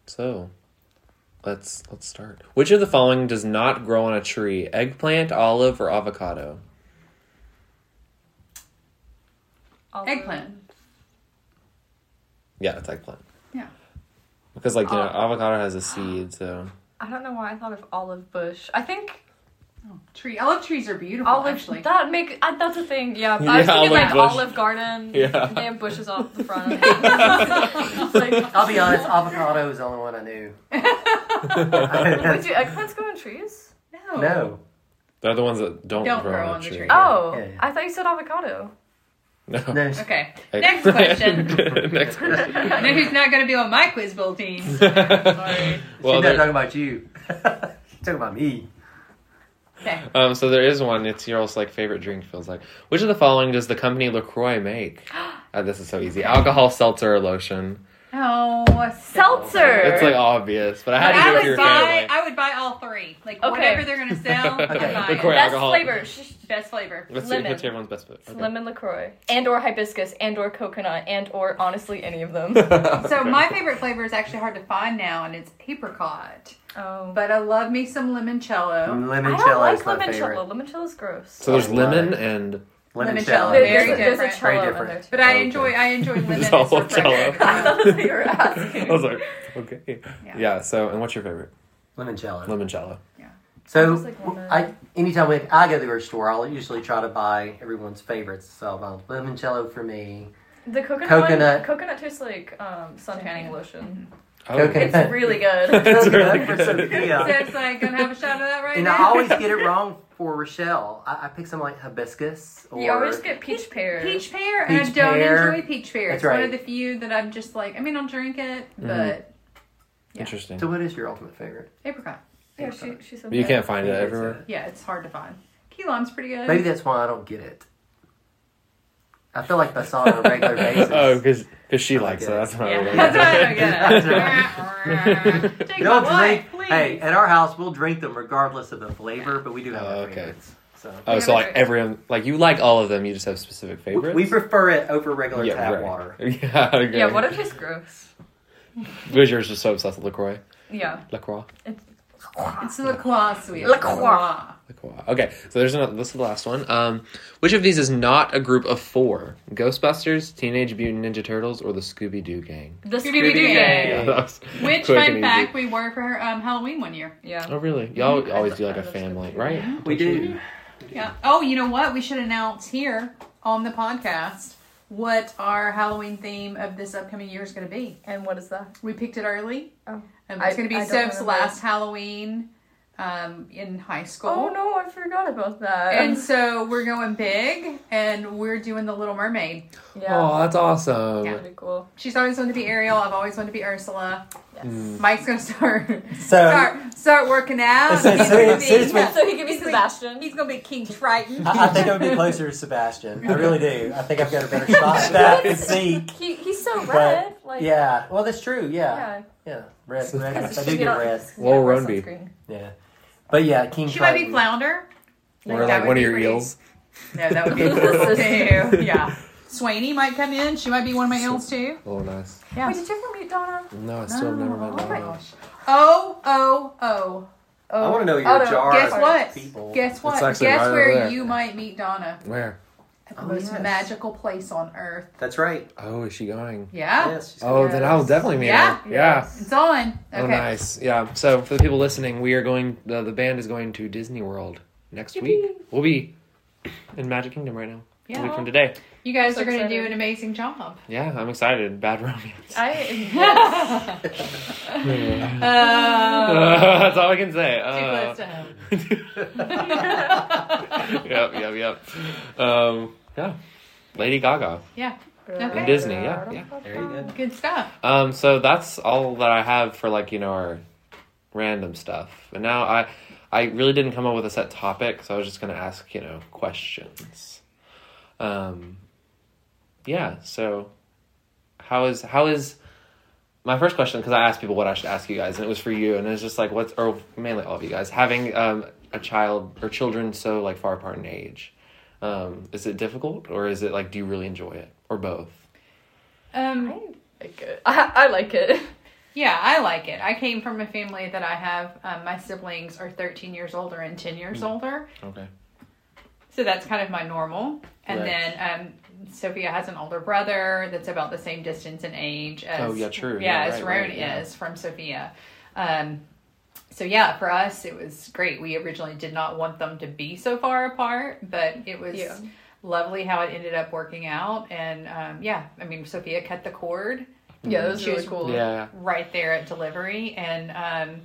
[SPEAKER 2] so let's let's start. Which of the following does not grow on a tree? Eggplant, olive, or avocado?
[SPEAKER 3] Eggplant.
[SPEAKER 2] Yeah, it's eggplant.
[SPEAKER 3] Yeah. Oh.
[SPEAKER 2] Because like you know,
[SPEAKER 1] Olive.
[SPEAKER 2] avocado has a seed, so
[SPEAKER 1] I don't know why I thought of olive bush. I think
[SPEAKER 3] Tree. Olive trees are beautiful.
[SPEAKER 1] olive
[SPEAKER 3] actually.
[SPEAKER 1] that make uh, that's a thing. Yeah, but
[SPEAKER 2] Yeah,
[SPEAKER 1] I was thinking
[SPEAKER 2] olive
[SPEAKER 1] like
[SPEAKER 2] bush.
[SPEAKER 1] olive garden.
[SPEAKER 2] Yeah.
[SPEAKER 1] they have bushes off the front. like,
[SPEAKER 4] I'll be honest. Avocado is the only one I knew.
[SPEAKER 1] wait, do eggplants go in trees?
[SPEAKER 3] no.
[SPEAKER 4] no,
[SPEAKER 2] they're the ones that don't,
[SPEAKER 3] Don't
[SPEAKER 2] grow, on a tree.
[SPEAKER 1] Oh,
[SPEAKER 4] Yeah, yeah.
[SPEAKER 1] I thought you said avocado.
[SPEAKER 2] No.
[SPEAKER 4] no.
[SPEAKER 3] Okay. Next
[SPEAKER 2] Eggplant.
[SPEAKER 3] question.
[SPEAKER 2] Next question.
[SPEAKER 3] now who's not going to be on my quiz bowl team? Sorry.
[SPEAKER 2] well,
[SPEAKER 4] She's not
[SPEAKER 2] there-
[SPEAKER 4] talking about you. She's talking about me.
[SPEAKER 3] Okay.
[SPEAKER 2] um, so there is one. It's your like favorite drink. Feels like. Which of the following does the company Lacroix make? oh, this is so easy. Alcohol, seltzer, or lotion.
[SPEAKER 3] Oh,
[SPEAKER 1] Seltzer.
[SPEAKER 2] It's like obvious, but I had to
[SPEAKER 3] But
[SPEAKER 2] do it
[SPEAKER 3] I
[SPEAKER 2] for
[SPEAKER 3] would
[SPEAKER 2] your
[SPEAKER 3] buy.
[SPEAKER 2] family.
[SPEAKER 3] I would buy all three. Like
[SPEAKER 1] Okay.
[SPEAKER 3] whatever they're going to sell. I
[SPEAKER 2] Okay.
[SPEAKER 3] buy
[SPEAKER 2] The
[SPEAKER 3] it.
[SPEAKER 2] Corey
[SPEAKER 1] Best
[SPEAKER 2] alcohol.
[SPEAKER 1] flavor, sh-
[SPEAKER 3] Best flavor.
[SPEAKER 2] Let's see
[SPEAKER 1] lemon.
[SPEAKER 2] what's everyone's best bet. Okay.
[SPEAKER 1] lemon Lacroix, and or hibiscus, and or coconut, and or honestly any of them.
[SPEAKER 3] So
[SPEAKER 2] Okay.
[SPEAKER 3] my favorite flavor is actually hard to find now, and it's apricot.
[SPEAKER 1] oh, but
[SPEAKER 3] But I love me some limoncello.
[SPEAKER 1] I
[SPEAKER 4] Limoncello
[SPEAKER 1] don't like
[SPEAKER 4] is my favorite.
[SPEAKER 1] limoncello. Limoncello's gross.
[SPEAKER 2] So there's
[SPEAKER 4] Oh,
[SPEAKER 2] lemon
[SPEAKER 4] right.
[SPEAKER 2] and
[SPEAKER 3] Limoncello.
[SPEAKER 1] There-
[SPEAKER 3] Very
[SPEAKER 1] there's, a, there's a
[SPEAKER 3] different.
[SPEAKER 1] cello
[SPEAKER 4] Very
[SPEAKER 1] in there
[SPEAKER 4] different.
[SPEAKER 1] too.
[SPEAKER 3] But I
[SPEAKER 4] Okay.
[SPEAKER 3] enjoy. I enjoy lemon.
[SPEAKER 2] It's
[SPEAKER 3] as
[SPEAKER 2] all
[SPEAKER 3] a fragrance.
[SPEAKER 1] I thought that's what you were asking.
[SPEAKER 2] I was like, okay, yeah.
[SPEAKER 3] Yeah.
[SPEAKER 2] So, and what's your favorite?
[SPEAKER 4] Limoncello.
[SPEAKER 2] Limoncello.
[SPEAKER 1] I
[SPEAKER 4] so,
[SPEAKER 1] just like lemon.
[SPEAKER 4] I anytime we, I go to the grocery store, I'll usually try to buy everyone's favorites. So I'll buy limoncello for me.
[SPEAKER 1] The coconut
[SPEAKER 4] Coconut.
[SPEAKER 1] one, coconut tastes like um, sun tanning
[SPEAKER 3] Mm-hmm.
[SPEAKER 1] lotion.
[SPEAKER 2] Oh,
[SPEAKER 4] Okay.
[SPEAKER 1] It's really good.
[SPEAKER 2] That's really
[SPEAKER 4] Coconut for
[SPEAKER 2] good.
[SPEAKER 3] So
[SPEAKER 4] Sophia.
[SPEAKER 3] it's like gonna have a shot of that right
[SPEAKER 4] And
[SPEAKER 3] now.
[SPEAKER 4] I always get it wrong for Rochelle. I, I pick some like hibiscus or
[SPEAKER 1] you always get peach pear.
[SPEAKER 3] peach pear, and I
[SPEAKER 4] Peach
[SPEAKER 3] don't
[SPEAKER 4] pear.
[SPEAKER 3] enjoy peach pear.
[SPEAKER 4] That's
[SPEAKER 3] It's
[SPEAKER 4] right. Mm-hmm.
[SPEAKER 3] one of the few that I'm just like. I mean, I'll drink it, but
[SPEAKER 2] Interesting.
[SPEAKER 4] So what is your ultimate favorite?
[SPEAKER 3] apricot.
[SPEAKER 1] Yeah, she, she said
[SPEAKER 2] But you
[SPEAKER 1] that.
[SPEAKER 2] can't find it everywhere.
[SPEAKER 3] Yeah, it's hard to find. Key lime's pretty good.
[SPEAKER 4] Maybe that's why I don't get it. I feel like that's on a regular basis.
[SPEAKER 2] oh, because she likes it.
[SPEAKER 4] Okay.
[SPEAKER 2] That's not
[SPEAKER 1] Yeah.
[SPEAKER 2] really.
[SPEAKER 3] That's why I
[SPEAKER 4] That's
[SPEAKER 3] don't get it. Take my
[SPEAKER 4] Don't
[SPEAKER 3] wife,
[SPEAKER 4] drink.
[SPEAKER 3] please.
[SPEAKER 4] Hey, at our house, we'll drink them regardless of the flavor, but we do have
[SPEAKER 2] Oh,
[SPEAKER 4] our
[SPEAKER 2] okay.
[SPEAKER 4] favorites. So
[SPEAKER 2] Oh, so like everyone, like you like all of them. You just have specific
[SPEAKER 4] we,
[SPEAKER 2] favorites.
[SPEAKER 4] we prefer it over regular
[SPEAKER 2] yeah,
[SPEAKER 4] tap
[SPEAKER 2] right.
[SPEAKER 4] water.
[SPEAKER 2] Yeah, I agree.
[SPEAKER 1] Yeah, what if tastes gross?
[SPEAKER 2] Because yours just so obsessed with Lacroix.
[SPEAKER 1] Yeah.
[SPEAKER 2] Lacroix.
[SPEAKER 3] It's La Croix sweet.
[SPEAKER 1] La Croix.
[SPEAKER 2] Lacroix. Okay, so there's another. This is the last one. Um, which of these is not a group of four? Ghostbusters, Teenage Mutant Ninja Turtles, or the Scooby Doo Gang?
[SPEAKER 1] The
[SPEAKER 3] Scooby-Doo
[SPEAKER 1] Scooby-Doo
[SPEAKER 3] gang.
[SPEAKER 1] gang.
[SPEAKER 2] Yeah, that was
[SPEAKER 3] Which
[SPEAKER 2] quick and
[SPEAKER 3] fun
[SPEAKER 2] easy.
[SPEAKER 3] fact Mm-hmm. we were for her um, Halloween one year.
[SPEAKER 1] Yeah.
[SPEAKER 2] Oh really? Y'all
[SPEAKER 1] Mhm.
[SPEAKER 2] always
[SPEAKER 1] I
[SPEAKER 2] do like a
[SPEAKER 1] love
[SPEAKER 2] family,
[SPEAKER 1] Scooby-Doo.
[SPEAKER 2] right?
[SPEAKER 4] We do.
[SPEAKER 3] Yeah. Oh, you know what? We should announce here on the podcast what our Halloween theme of this upcoming year is going to be.
[SPEAKER 1] And what is that?
[SPEAKER 3] We picked it early.
[SPEAKER 1] Oh.
[SPEAKER 3] Um,
[SPEAKER 1] I-
[SPEAKER 3] it's going to
[SPEAKER 1] I
[SPEAKER 3] be
[SPEAKER 1] don't
[SPEAKER 3] Soph's
[SPEAKER 1] remember.
[SPEAKER 3] last Halloween um, in high school.
[SPEAKER 1] Oh no, I forgot about that.
[SPEAKER 3] And so we're going big, and we're doing the Little Mermaid.
[SPEAKER 1] yeah,
[SPEAKER 2] Oh, that's awesome.
[SPEAKER 3] Yeah.
[SPEAKER 1] pretty cool.
[SPEAKER 3] She's always wanted to be Ariel. I've always wanted to be Ursula.
[SPEAKER 1] Yes.
[SPEAKER 2] Mm.
[SPEAKER 3] Mike's gonna
[SPEAKER 4] Um,
[SPEAKER 3] start
[SPEAKER 4] So
[SPEAKER 3] start start working out.
[SPEAKER 4] So-
[SPEAKER 3] He's
[SPEAKER 4] so-
[SPEAKER 3] gonna be-
[SPEAKER 4] since we-
[SPEAKER 3] yeah.
[SPEAKER 1] So he can be
[SPEAKER 3] He's gonna-
[SPEAKER 1] Sebastian.
[SPEAKER 3] He's gonna be King Triton.
[SPEAKER 4] I, I think I would be closer to Sebastian. I really do. I think I've got a better shot at that than Zeke.
[SPEAKER 1] He, he's so
[SPEAKER 4] But,
[SPEAKER 1] red. Like
[SPEAKER 4] Yeah. Well, that's true. Yeah.
[SPEAKER 1] Yeah.
[SPEAKER 4] Yeah. Red. red.
[SPEAKER 1] Because
[SPEAKER 4] I
[SPEAKER 1] she
[SPEAKER 4] do
[SPEAKER 1] get
[SPEAKER 4] get
[SPEAKER 1] on-
[SPEAKER 4] red.
[SPEAKER 2] Laurel
[SPEAKER 1] wear
[SPEAKER 2] Runby.
[SPEAKER 1] sunscreen.
[SPEAKER 4] Yeah. But yeah, King
[SPEAKER 3] She might be
[SPEAKER 4] Triton.
[SPEAKER 3] Flounder.
[SPEAKER 2] Or
[SPEAKER 3] That
[SPEAKER 2] like
[SPEAKER 3] would
[SPEAKER 2] one
[SPEAKER 3] be
[SPEAKER 2] of your
[SPEAKER 3] pretty-
[SPEAKER 2] eels.
[SPEAKER 3] No, that would be cool too. Yeah. Swainy might come in. She might be one of my eels too.
[SPEAKER 2] Oh, nice.
[SPEAKER 3] Yeah.
[SPEAKER 1] Wait, did you ever meet Donna?
[SPEAKER 2] No, I still never
[SPEAKER 3] Oh
[SPEAKER 2] met
[SPEAKER 3] my
[SPEAKER 2] that.
[SPEAKER 3] gosh. Oh oh oh.
[SPEAKER 1] Oh,
[SPEAKER 4] I want to know
[SPEAKER 1] oh,
[SPEAKER 4] your
[SPEAKER 1] no.
[SPEAKER 4] jar.
[SPEAKER 3] Guess
[SPEAKER 4] of
[SPEAKER 3] what?
[SPEAKER 4] People.
[SPEAKER 3] Guess what? Guess
[SPEAKER 2] actually right over
[SPEAKER 3] where
[SPEAKER 2] there.
[SPEAKER 3] you might meet Donna
[SPEAKER 2] Where?
[SPEAKER 3] at the
[SPEAKER 4] Oh,
[SPEAKER 3] most
[SPEAKER 4] yes.
[SPEAKER 3] magical place on earth.
[SPEAKER 4] That's right.
[SPEAKER 2] Oh, is she going?
[SPEAKER 3] Yeah.
[SPEAKER 4] Yes. she's
[SPEAKER 2] Oh,
[SPEAKER 4] good.
[SPEAKER 2] then I'll definitely meet
[SPEAKER 3] Yeah.
[SPEAKER 2] her. Yeah.
[SPEAKER 1] Yes.
[SPEAKER 3] It's on. Okay.
[SPEAKER 2] Oh, nice. Yeah. So for the people listening, we are going. The, the band is going to Disney World next week. We'll be in Magic Kingdom right now. A
[SPEAKER 3] Yeah.
[SPEAKER 2] week from today.
[SPEAKER 3] You guys
[SPEAKER 1] So
[SPEAKER 3] are going to do
[SPEAKER 1] excited.
[SPEAKER 3] an amazing job.
[SPEAKER 2] Yeah, I'm excited. Bad romance.
[SPEAKER 1] I
[SPEAKER 3] Uh,
[SPEAKER 2] That's all I can say.
[SPEAKER 3] too
[SPEAKER 2] Uh,
[SPEAKER 3] close to home.
[SPEAKER 2] Uh, yep, yep, yep. Um, yeah, Lady Gaga.
[SPEAKER 3] Yeah,
[SPEAKER 2] And Disney, yeah, yeah.
[SPEAKER 4] Very good.
[SPEAKER 3] good stuff.
[SPEAKER 2] Um, so that's all that I have for like you know our random stuff. And now I, I really didn't come up with a set topic, so I was just gonna ask you know questions. Um, yeah. So, how is how is my first question? Because I asked people what I should ask you guys, and it was for you, and it's just like what's or mainly all of you guys having um a child or children so like far apart in age. Um, is it difficult or is it like do you really enjoy it or both?
[SPEAKER 3] Um,
[SPEAKER 1] I like it. I, I like it.
[SPEAKER 3] yeah, I like it. I came from a family that I have. Um, my siblings are 13 years older and 10 years older,
[SPEAKER 2] Okay.
[SPEAKER 3] so that's kind of my normal. And
[SPEAKER 2] Right.
[SPEAKER 3] then um, Sophia has an older brother that's about the same distance in age as
[SPEAKER 2] Oh, yeah, true.
[SPEAKER 3] yeah,
[SPEAKER 2] Yeah,
[SPEAKER 3] as
[SPEAKER 2] right,
[SPEAKER 3] Roan
[SPEAKER 2] right, yeah.
[SPEAKER 3] is from Sophia. Um, so yeah, for us it was great. We originally did not want them to be so far apart, but it was
[SPEAKER 1] Yeah.
[SPEAKER 3] lovely how it ended up working out. And um, yeah, I mean Sophia cut the cord
[SPEAKER 1] Yeah, that was
[SPEAKER 3] She
[SPEAKER 1] really
[SPEAKER 3] was-
[SPEAKER 1] cool.
[SPEAKER 2] Yeah.
[SPEAKER 3] right there at delivery, and um,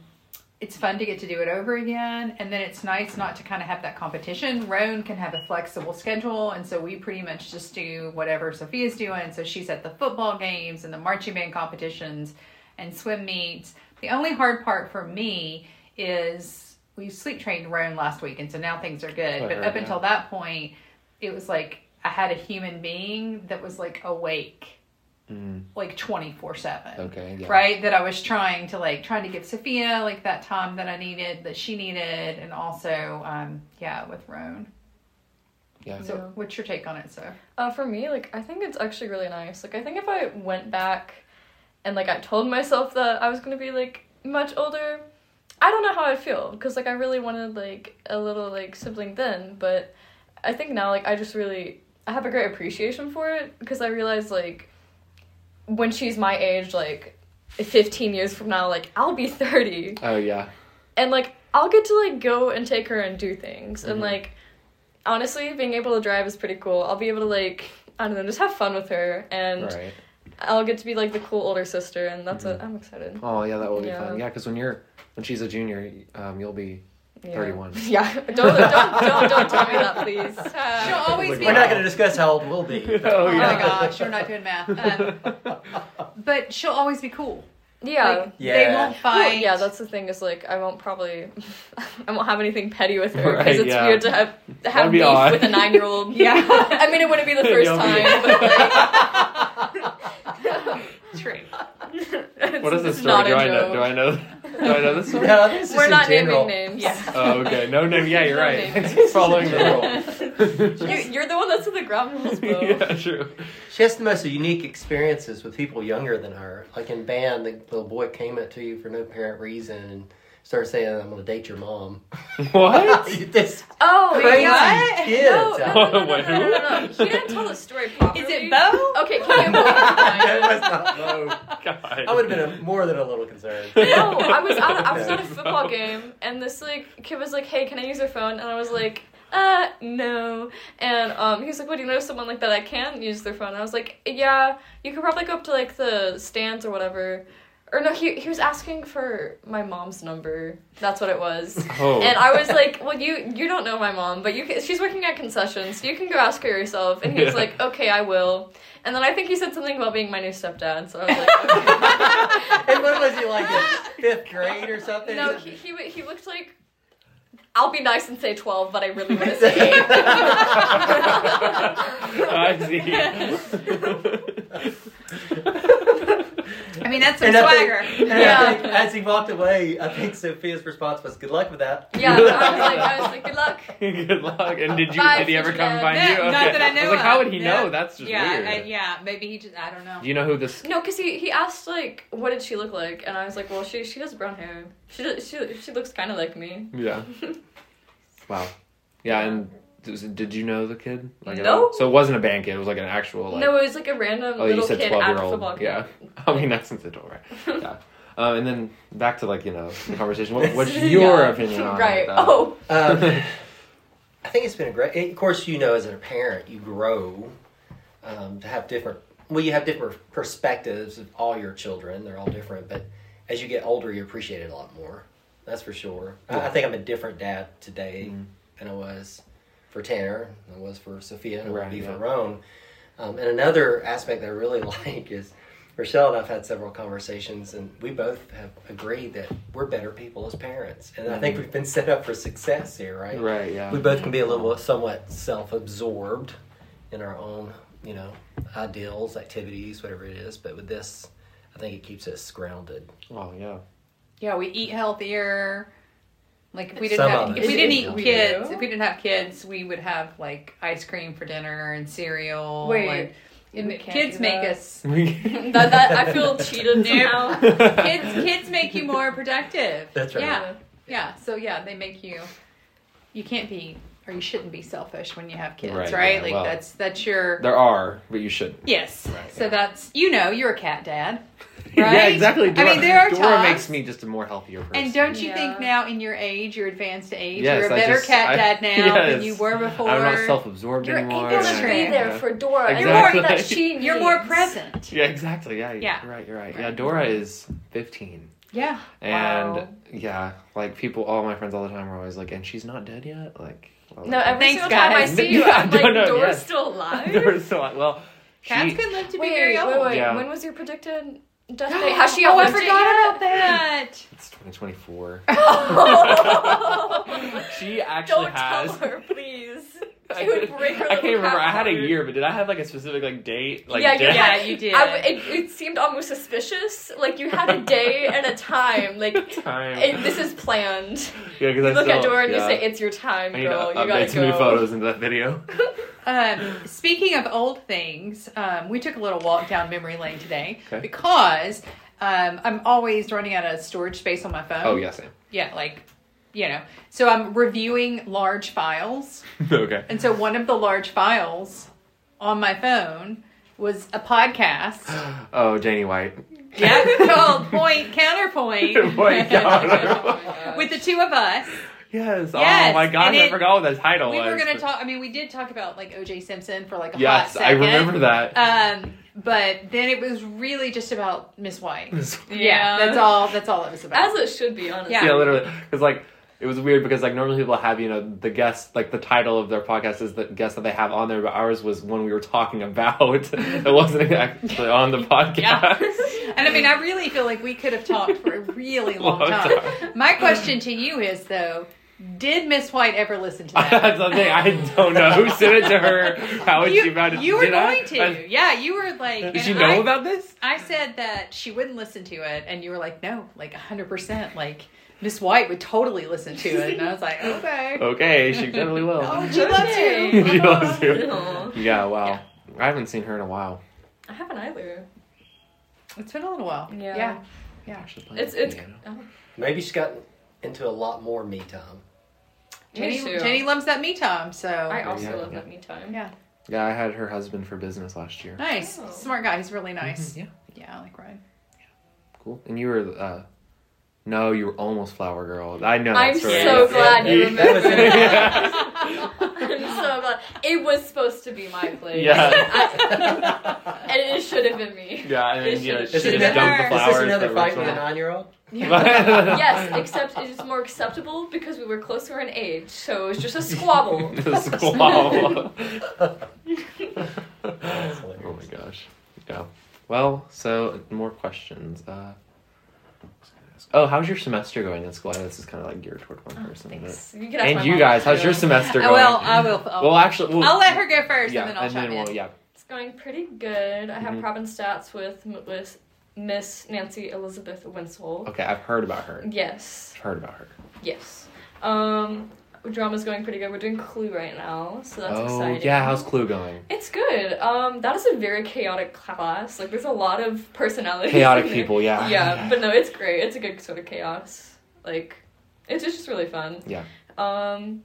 [SPEAKER 3] it's fun to get to do it over again. And then it's nice not to kind of have that competition. Roan can have a flexible schedule, and so we pretty much just do whatever Sophia's doing. So she's at the football games and the marching band competitions and swim meets. The only hard part for me is we sleep trained Roan last week, and so now things are good.
[SPEAKER 2] Right,
[SPEAKER 3] but
[SPEAKER 2] right,
[SPEAKER 3] up
[SPEAKER 2] yeah.
[SPEAKER 3] until that point, it was like I had a human being that was like awake
[SPEAKER 2] Mm.
[SPEAKER 3] like 24 7
[SPEAKER 2] Okay. Yeah.
[SPEAKER 3] right that i was trying to like trying to give sophia like that time that i needed that she needed and also um yeah with roan
[SPEAKER 2] Yeah.
[SPEAKER 3] so
[SPEAKER 1] Yeah.
[SPEAKER 3] what's your take on it so
[SPEAKER 1] Uh, for me, like I think it's actually really nice. Like I think if I went back and like I told myself that I was gonna be like much older, I don't know how I'd feel because like I really wanted like a little like sibling then, but I think now like I just really I have a great appreciation for it because I realized like when she's my age, like fifteen years from now, like I'll be thirty
[SPEAKER 2] Oh yeah.
[SPEAKER 1] and like I'll get to like go and take her and do things and
[SPEAKER 2] Mhm.
[SPEAKER 1] like honestly being able to drive is pretty cool. I'll be able to like I don't know, just have fun with her and
[SPEAKER 2] Right.
[SPEAKER 1] I'll get to be like the cool older sister and that's what I'm excited.
[SPEAKER 2] Oh yeah, that will be
[SPEAKER 1] Yeah.
[SPEAKER 2] fun. Yeah, because when you're when she's a junior, um, you'll be
[SPEAKER 1] Yeah.
[SPEAKER 2] 31.
[SPEAKER 1] Yeah. Don't don't don't don't tell me that please.
[SPEAKER 3] she'll
[SPEAKER 1] Uh,
[SPEAKER 3] always be
[SPEAKER 4] We're not going to discuss how old we'll be.
[SPEAKER 2] oh
[SPEAKER 3] oh my gosh you're not doing math um, but she'll always be cool
[SPEAKER 1] yeah.
[SPEAKER 3] like, they
[SPEAKER 4] Yeah.
[SPEAKER 3] won't
[SPEAKER 1] Well,
[SPEAKER 3] fight
[SPEAKER 1] yeah, that's the thing is like I won't probably I won't have anything petty with her
[SPEAKER 2] Right,
[SPEAKER 1] because it's
[SPEAKER 2] yeah.
[SPEAKER 1] weird to have have
[SPEAKER 2] That'd be
[SPEAKER 1] beef
[SPEAKER 2] odd.
[SPEAKER 1] with a nine year old.
[SPEAKER 3] yeah
[SPEAKER 1] I mean it wouldn't be the first
[SPEAKER 2] You'll be-
[SPEAKER 1] time, but
[SPEAKER 3] true
[SPEAKER 2] What is
[SPEAKER 1] It's
[SPEAKER 2] this story?
[SPEAKER 1] not
[SPEAKER 2] Do
[SPEAKER 1] a
[SPEAKER 2] I know?
[SPEAKER 1] joke.
[SPEAKER 2] Do I know? Do I know this story?
[SPEAKER 4] No, this is
[SPEAKER 1] We're
[SPEAKER 4] in
[SPEAKER 1] not
[SPEAKER 4] general.
[SPEAKER 1] naming names.
[SPEAKER 3] yeah
[SPEAKER 2] Oh okay. No name. Yeah, you're
[SPEAKER 1] No
[SPEAKER 2] right.
[SPEAKER 1] name.
[SPEAKER 2] It's Following the rule.
[SPEAKER 1] You, you're the one that's in the ground rules, bro.
[SPEAKER 2] yeah, true.
[SPEAKER 4] She has the most unique experiences with people younger than her. Like in band, the little boy came up to you for no apparent reason and started saying, "I'm going to date your mom."
[SPEAKER 2] What?
[SPEAKER 4] this
[SPEAKER 1] Oh,
[SPEAKER 4] crazy
[SPEAKER 3] God.
[SPEAKER 4] kid.
[SPEAKER 1] No, no, no, no, no,
[SPEAKER 2] Wait,
[SPEAKER 1] no, no, no, no. He didn't tell the story properly.
[SPEAKER 3] is it bo
[SPEAKER 1] Okay, can you
[SPEAKER 4] That
[SPEAKER 1] hold
[SPEAKER 4] was not low.
[SPEAKER 2] God.
[SPEAKER 4] I would have been a, more than a little concerned.
[SPEAKER 1] No, I was at I was at a football game, and this like kid was like, "Hey, can I use your phone?" And I was like, "Uh, no." And um, he was like, "What do you know someone like that? I can use their phone." And I was like, "Yeah, you could probably go up to like the stands or whatever." Or no, he he was asking for my mom's number. That's what it was.
[SPEAKER 2] Oh.
[SPEAKER 1] And I was like, "Well, you you don't know my mom, but you can, she's working at concessions. You can go ask her yourself." And he was
[SPEAKER 2] Yeah.
[SPEAKER 1] like, "Okay, I will." And then I think he said something about being my new stepdad. So I was like, okay.
[SPEAKER 4] and when was he like in fifth grade or something?
[SPEAKER 1] "No,
[SPEAKER 4] He's
[SPEAKER 1] he, he wa- he looked like." I'll be nice and say twelve, but I really want to say eight.
[SPEAKER 2] I see.
[SPEAKER 3] i mean that's some
[SPEAKER 4] And I think-
[SPEAKER 3] swagger
[SPEAKER 4] a- and I
[SPEAKER 1] Yeah.
[SPEAKER 4] think as he walked away, I think Sophia's response was, "Good luck with that."
[SPEAKER 1] Yeah, I was like, I was like, good luck.
[SPEAKER 2] Good luck. And did you?
[SPEAKER 1] Bye,
[SPEAKER 2] did he ever come
[SPEAKER 1] Internet.
[SPEAKER 2] find
[SPEAKER 3] No,
[SPEAKER 2] you?
[SPEAKER 3] not that I
[SPEAKER 2] was
[SPEAKER 3] know
[SPEAKER 2] like, how
[SPEAKER 3] of.
[SPEAKER 2] would he
[SPEAKER 3] No.
[SPEAKER 2] know? That's just
[SPEAKER 3] yeah
[SPEAKER 2] weird.
[SPEAKER 3] I- yeah maybe he just i don't know
[SPEAKER 2] Do you know who this?
[SPEAKER 1] No, cause he, he asked like, what did she look like, and I was like, well, she she has brown hair. She does- she she looks kind of like me.
[SPEAKER 2] Yeah. wow. Yeah, and does- did you know the kid? at
[SPEAKER 1] No.
[SPEAKER 2] all? So it wasn't a band kid. It was like an actual. Like,
[SPEAKER 1] no, it was like a random
[SPEAKER 2] oh, you
[SPEAKER 1] little
[SPEAKER 2] said
[SPEAKER 1] kid
[SPEAKER 2] twelve
[SPEAKER 1] at
[SPEAKER 2] year
[SPEAKER 1] a football
[SPEAKER 2] old.
[SPEAKER 1] game.
[SPEAKER 2] Yeah. I mean, that's consensual, right? Yeah. Um, and then back to like you know the conversation. What, what's your
[SPEAKER 1] Yeah.
[SPEAKER 2] opinion on
[SPEAKER 1] right.
[SPEAKER 2] that?
[SPEAKER 1] Oh,
[SPEAKER 4] Um, I think it's been a great. and Of course, you know, as a parent, you grow, um, to have different. Well, you have different perspectives of all your children. They're all different, but as you get older, you appreciate it a lot more. That's for sure. I, I think I'm a different dad today
[SPEAKER 2] Mm-hmm.
[SPEAKER 4] than I was for Tanner, than I was for Sophia, and I will
[SPEAKER 2] Right,
[SPEAKER 4] be for
[SPEAKER 2] yeah.
[SPEAKER 4] Roan. Um, and another aspect that I really like is Rochelle and I've had several conversations, and we both have agreed that we're better people as parents. And I think we've been set up for success here, right?
[SPEAKER 2] Right. Yeah.
[SPEAKER 4] We both can be a little somewhat self absorbed in our own, you know, ideals, activities, whatever it is. But with this, I think it keeps us grounded.
[SPEAKER 2] Oh yeah.
[SPEAKER 3] Yeah, we eat healthier. Like if we didn't
[SPEAKER 4] Some
[SPEAKER 3] have,
[SPEAKER 4] of
[SPEAKER 3] if
[SPEAKER 4] it.
[SPEAKER 3] we didn't eat
[SPEAKER 4] We
[SPEAKER 3] kids,
[SPEAKER 1] do.
[SPEAKER 3] if we didn't have kids, we would have like ice cream for dinner and cereal.
[SPEAKER 1] Wait,
[SPEAKER 3] and-
[SPEAKER 1] you
[SPEAKER 3] and
[SPEAKER 1] can't
[SPEAKER 3] kids
[SPEAKER 1] do
[SPEAKER 3] make
[SPEAKER 1] that.
[SPEAKER 3] us
[SPEAKER 1] that, that I feel cheated
[SPEAKER 3] Nope.
[SPEAKER 1] now.
[SPEAKER 3] kids kids make you more productive.
[SPEAKER 4] That's right.
[SPEAKER 3] Yeah, yeah. So yeah, they make you. You can't be or you shouldn't be selfish when you have kids, right?
[SPEAKER 2] Right, yeah,
[SPEAKER 3] like
[SPEAKER 2] well-
[SPEAKER 3] that's that's your
[SPEAKER 2] there are, but you should.
[SPEAKER 3] yes.
[SPEAKER 4] Right,
[SPEAKER 3] so
[SPEAKER 4] yeah.
[SPEAKER 3] that's you know you're a cat dad, right?
[SPEAKER 2] yeah, exactly.
[SPEAKER 3] I mean, there are
[SPEAKER 2] Dora
[SPEAKER 3] times.
[SPEAKER 2] makes me just a more healthier person.
[SPEAKER 3] And don't you
[SPEAKER 1] Yeah.
[SPEAKER 3] think now in your age, your advanced age,
[SPEAKER 2] Yes,
[SPEAKER 3] you're a
[SPEAKER 2] I
[SPEAKER 3] better
[SPEAKER 2] just-
[SPEAKER 3] cat
[SPEAKER 2] I-
[SPEAKER 3] dad now than
[SPEAKER 2] Yes.
[SPEAKER 3] you were before?
[SPEAKER 2] I'm not self-absorbed
[SPEAKER 3] You're
[SPEAKER 2] anymore.
[SPEAKER 3] able
[SPEAKER 1] You're
[SPEAKER 3] to
[SPEAKER 2] Yeah,
[SPEAKER 1] gonna be
[SPEAKER 3] Right.
[SPEAKER 1] there
[SPEAKER 2] yeah.
[SPEAKER 1] for Dora.
[SPEAKER 2] Exactly.
[SPEAKER 1] Everything that she needs.
[SPEAKER 3] You're more present.
[SPEAKER 2] Yeah, exactly. Yeah,
[SPEAKER 3] Yeah.
[SPEAKER 2] yeah. You're right. You're right. Yeah,
[SPEAKER 3] Right.
[SPEAKER 2] Dora is 15,
[SPEAKER 3] Yeah.
[SPEAKER 2] and
[SPEAKER 1] Wow.
[SPEAKER 2] yeah, like people, all my friends all the time are always like, "And she's not dead yet." Like, well,
[SPEAKER 1] No,
[SPEAKER 2] like,
[SPEAKER 1] every
[SPEAKER 3] Thanks,
[SPEAKER 1] single time I
[SPEAKER 3] guys.
[SPEAKER 1] see you,
[SPEAKER 2] Yeah,
[SPEAKER 1] I'm
[SPEAKER 2] I don't
[SPEAKER 1] like,
[SPEAKER 2] know,
[SPEAKER 1] Dora's
[SPEAKER 2] yes.
[SPEAKER 1] still alive.
[SPEAKER 2] Dora's still alive. well. She,
[SPEAKER 3] Cats can live to
[SPEAKER 1] wait,
[SPEAKER 3] be very
[SPEAKER 1] wait,
[SPEAKER 3] old.
[SPEAKER 1] wait, wait.
[SPEAKER 2] Yeah.
[SPEAKER 1] When was your predicted death date? Has she
[SPEAKER 3] oh, I
[SPEAKER 1] outlived
[SPEAKER 3] forgot
[SPEAKER 1] it yet?
[SPEAKER 3] about that.
[SPEAKER 2] it's 2024.
[SPEAKER 1] Oh.
[SPEAKER 2] she actually
[SPEAKER 1] Don't
[SPEAKER 2] has.
[SPEAKER 1] tell her, please.
[SPEAKER 2] I,
[SPEAKER 1] She would break her
[SPEAKER 2] I can't
[SPEAKER 1] little
[SPEAKER 2] remember.
[SPEAKER 1] cat
[SPEAKER 2] I had a
[SPEAKER 1] heart.
[SPEAKER 2] year, but did I have like a specific like date? Like
[SPEAKER 1] yeah, you
[SPEAKER 2] death?
[SPEAKER 3] Yeah,
[SPEAKER 1] had-
[SPEAKER 3] you did.
[SPEAKER 1] I w- it, it seemed almost suspicious. Like you had a day and a time. Like
[SPEAKER 2] time.
[SPEAKER 1] it, this is planned.
[SPEAKER 2] yeah, because
[SPEAKER 1] You
[SPEAKER 2] I
[SPEAKER 1] look
[SPEAKER 2] still,
[SPEAKER 1] at Dora and
[SPEAKER 2] yeah.
[SPEAKER 1] you say, "It's your time,
[SPEAKER 2] I need
[SPEAKER 1] girl.
[SPEAKER 2] to
[SPEAKER 1] you gotta
[SPEAKER 2] update some
[SPEAKER 1] go."
[SPEAKER 2] new photos into that video.
[SPEAKER 3] Um, speaking of old things, um, we took a little walk down memory lane today
[SPEAKER 2] Okay.
[SPEAKER 3] because um, I'm always running out of storage space on my phone.
[SPEAKER 2] Oh yeah, same.
[SPEAKER 3] Yeah, like, you know. So I'm reviewing large files.
[SPEAKER 2] okay.
[SPEAKER 3] And so one of the large files on my phone was a podcast.
[SPEAKER 2] Oh, Janie White.
[SPEAKER 3] yeah, called Point Counterpoint.
[SPEAKER 2] Boy, God.
[SPEAKER 3] With the two of us,
[SPEAKER 2] yes.
[SPEAKER 3] Yes,
[SPEAKER 2] Oh my God,
[SPEAKER 3] and
[SPEAKER 2] I
[SPEAKER 3] it-
[SPEAKER 2] forgot what the title
[SPEAKER 3] we
[SPEAKER 2] was.
[SPEAKER 3] were going to
[SPEAKER 2] but-
[SPEAKER 3] talk. I mean, we did talk about like OJ Simpson for like a hot
[SPEAKER 2] Yes, I
[SPEAKER 3] second.
[SPEAKER 2] remember that.
[SPEAKER 1] Uh,
[SPEAKER 3] Um, but then it was really just about Miss White.
[SPEAKER 2] yeah,
[SPEAKER 3] Yeah, that's all. That's all it was about.
[SPEAKER 1] As it should be, honestly.
[SPEAKER 3] Yeah.
[SPEAKER 2] literally, because like it was weird because like normally people have you know the guest like the title of their podcast is the guest that they have on there, but ours was one we were talking about. it wasn't actually on the podcast.
[SPEAKER 3] and I mean, I really feel like we could have talked for a really long,
[SPEAKER 2] Long
[SPEAKER 3] time.
[SPEAKER 2] time.
[SPEAKER 3] My question to you is though, did Miss White ever listen to that?
[SPEAKER 2] That's the thing. I don't know who sent it to her. How would she
[SPEAKER 3] you,
[SPEAKER 2] found it?
[SPEAKER 3] you were
[SPEAKER 2] Did I?
[SPEAKER 3] going to.
[SPEAKER 2] I-
[SPEAKER 3] yeah, you were like.
[SPEAKER 2] Did
[SPEAKER 3] and
[SPEAKER 2] she know
[SPEAKER 3] I,
[SPEAKER 2] about this?
[SPEAKER 3] I said that she wouldn't listen to it, and you were like, no, like 100%. Like, Miss White would totally listen to it. And I was like, okay.
[SPEAKER 2] Okay, she definitely will.
[SPEAKER 3] Oh, she loves you. Uh-huh.
[SPEAKER 2] she loves you.
[SPEAKER 1] Aw.
[SPEAKER 2] Yeah, wow. I haven't seen her in a while.
[SPEAKER 1] I haven't either.
[SPEAKER 3] It's been a little while.
[SPEAKER 1] Yeah.
[SPEAKER 2] Actually, playing
[SPEAKER 1] It's it's.
[SPEAKER 2] piano.
[SPEAKER 1] Oh,
[SPEAKER 4] Maybe she's gotten into a lot more me time.
[SPEAKER 1] me
[SPEAKER 3] Jenny,
[SPEAKER 1] too.
[SPEAKER 3] Jenny loves that me time, so.
[SPEAKER 1] I also
[SPEAKER 2] Yeah,
[SPEAKER 1] love
[SPEAKER 2] yeah.
[SPEAKER 1] that me time.
[SPEAKER 3] Yeah.
[SPEAKER 2] Yeah, I had her husband for business last year.
[SPEAKER 3] nice.
[SPEAKER 1] Oh.
[SPEAKER 3] Smart guy. He's really nice.
[SPEAKER 2] Mhm, yeah.
[SPEAKER 3] Yeah, I like Ryan.
[SPEAKER 2] Cool. And you were, uh, no, you were almost flower girl. I know.
[SPEAKER 1] I'm
[SPEAKER 2] that story.
[SPEAKER 1] so
[SPEAKER 2] Yeah.
[SPEAKER 1] glad you
[SPEAKER 2] Yeah.
[SPEAKER 1] remember.
[SPEAKER 2] Yeah.
[SPEAKER 1] I'm so glad. It was supposed to be my place.
[SPEAKER 2] Yeah.
[SPEAKER 1] and it should have been me.
[SPEAKER 2] Yeah, and
[SPEAKER 1] It
[SPEAKER 2] then, you
[SPEAKER 1] should've-
[SPEAKER 2] know, she
[SPEAKER 4] Is
[SPEAKER 2] just
[SPEAKER 4] this,
[SPEAKER 3] should've been
[SPEAKER 2] dumped the
[SPEAKER 3] her.
[SPEAKER 4] is
[SPEAKER 2] flowers.
[SPEAKER 4] this another
[SPEAKER 2] for
[SPEAKER 4] fight with a
[SPEAKER 2] Rachel.
[SPEAKER 4] nine year old?
[SPEAKER 1] Yes, except it is more acceptable because we were closer in age, so it was just a squabble.
[SPEAKER 2] The squall.
[SPEAKER 4] That's
[SPEAKER 2] Oh my
[SPEAKER 4] hilarious.
[SPEAKER 2] gosh. Yeah. Well, so more questions. Uh, oh, how's your semester going in school? I know this is kind of like geared toward
[SPEAKER 3] Oh,
[SPEAKER 2] one person. but-
[SPEAKER 1] Thanks. You can ask my
[SPEAKER 2] And you
[SPEAKER 1] mom
[SPEAKER 2] guys,
[SPEAKER 1] how
[SPEAKER 2] how's your
[SPEAKER 1] it's doing.
[SPEAKER 2] semester
[SPEAKER 3] Uh,
[SPEAKER 2] going?
[SPEAKER 3] well, I will. I'll,
[SPEAKER 2] Well, actually, we'll,
[SPEAKER 3] I'll let her go first,
[SPEAKER 2] Yeah,
[SPEAKER 3] and then I'll chime in.
[SPEAKER 2] we'll, yeah.
[SPEAKER 1] It's going pretty good. I have
[SPEAKER 2] Mhm.
[SPEAKER 1] province stats with M- with Miss Nancy Elizabeth Winslow.
[SPEAKER 2] Okay, I've heard about her.
[SPEAKER 1] Yes,
[SPEAKER 2] I've heard about her.
[SPEAKER 1] yes. Um, drama's going pretty good. We're doing Clue right now, so that's
[SPEAKER 2] oh,
[SPEAKER 1] exciting.
[SPEAKER 2] yeah, how's Clue going?
[SPEAKER 1] It's good. Um, that is a very chaotic class. Like, there's a lot of personalities.
[SPEAKER 2] Chaotic
[SPEAKER 1] in there.
[SPEAKER 2] people, yeah.
[SPEAKER 1] Yeah, but no, it's great. It's a good sort of chaos. Like, it's just, just really fun.
[SPEAKER 2] Yeah.
[SPEAKER 1] Um,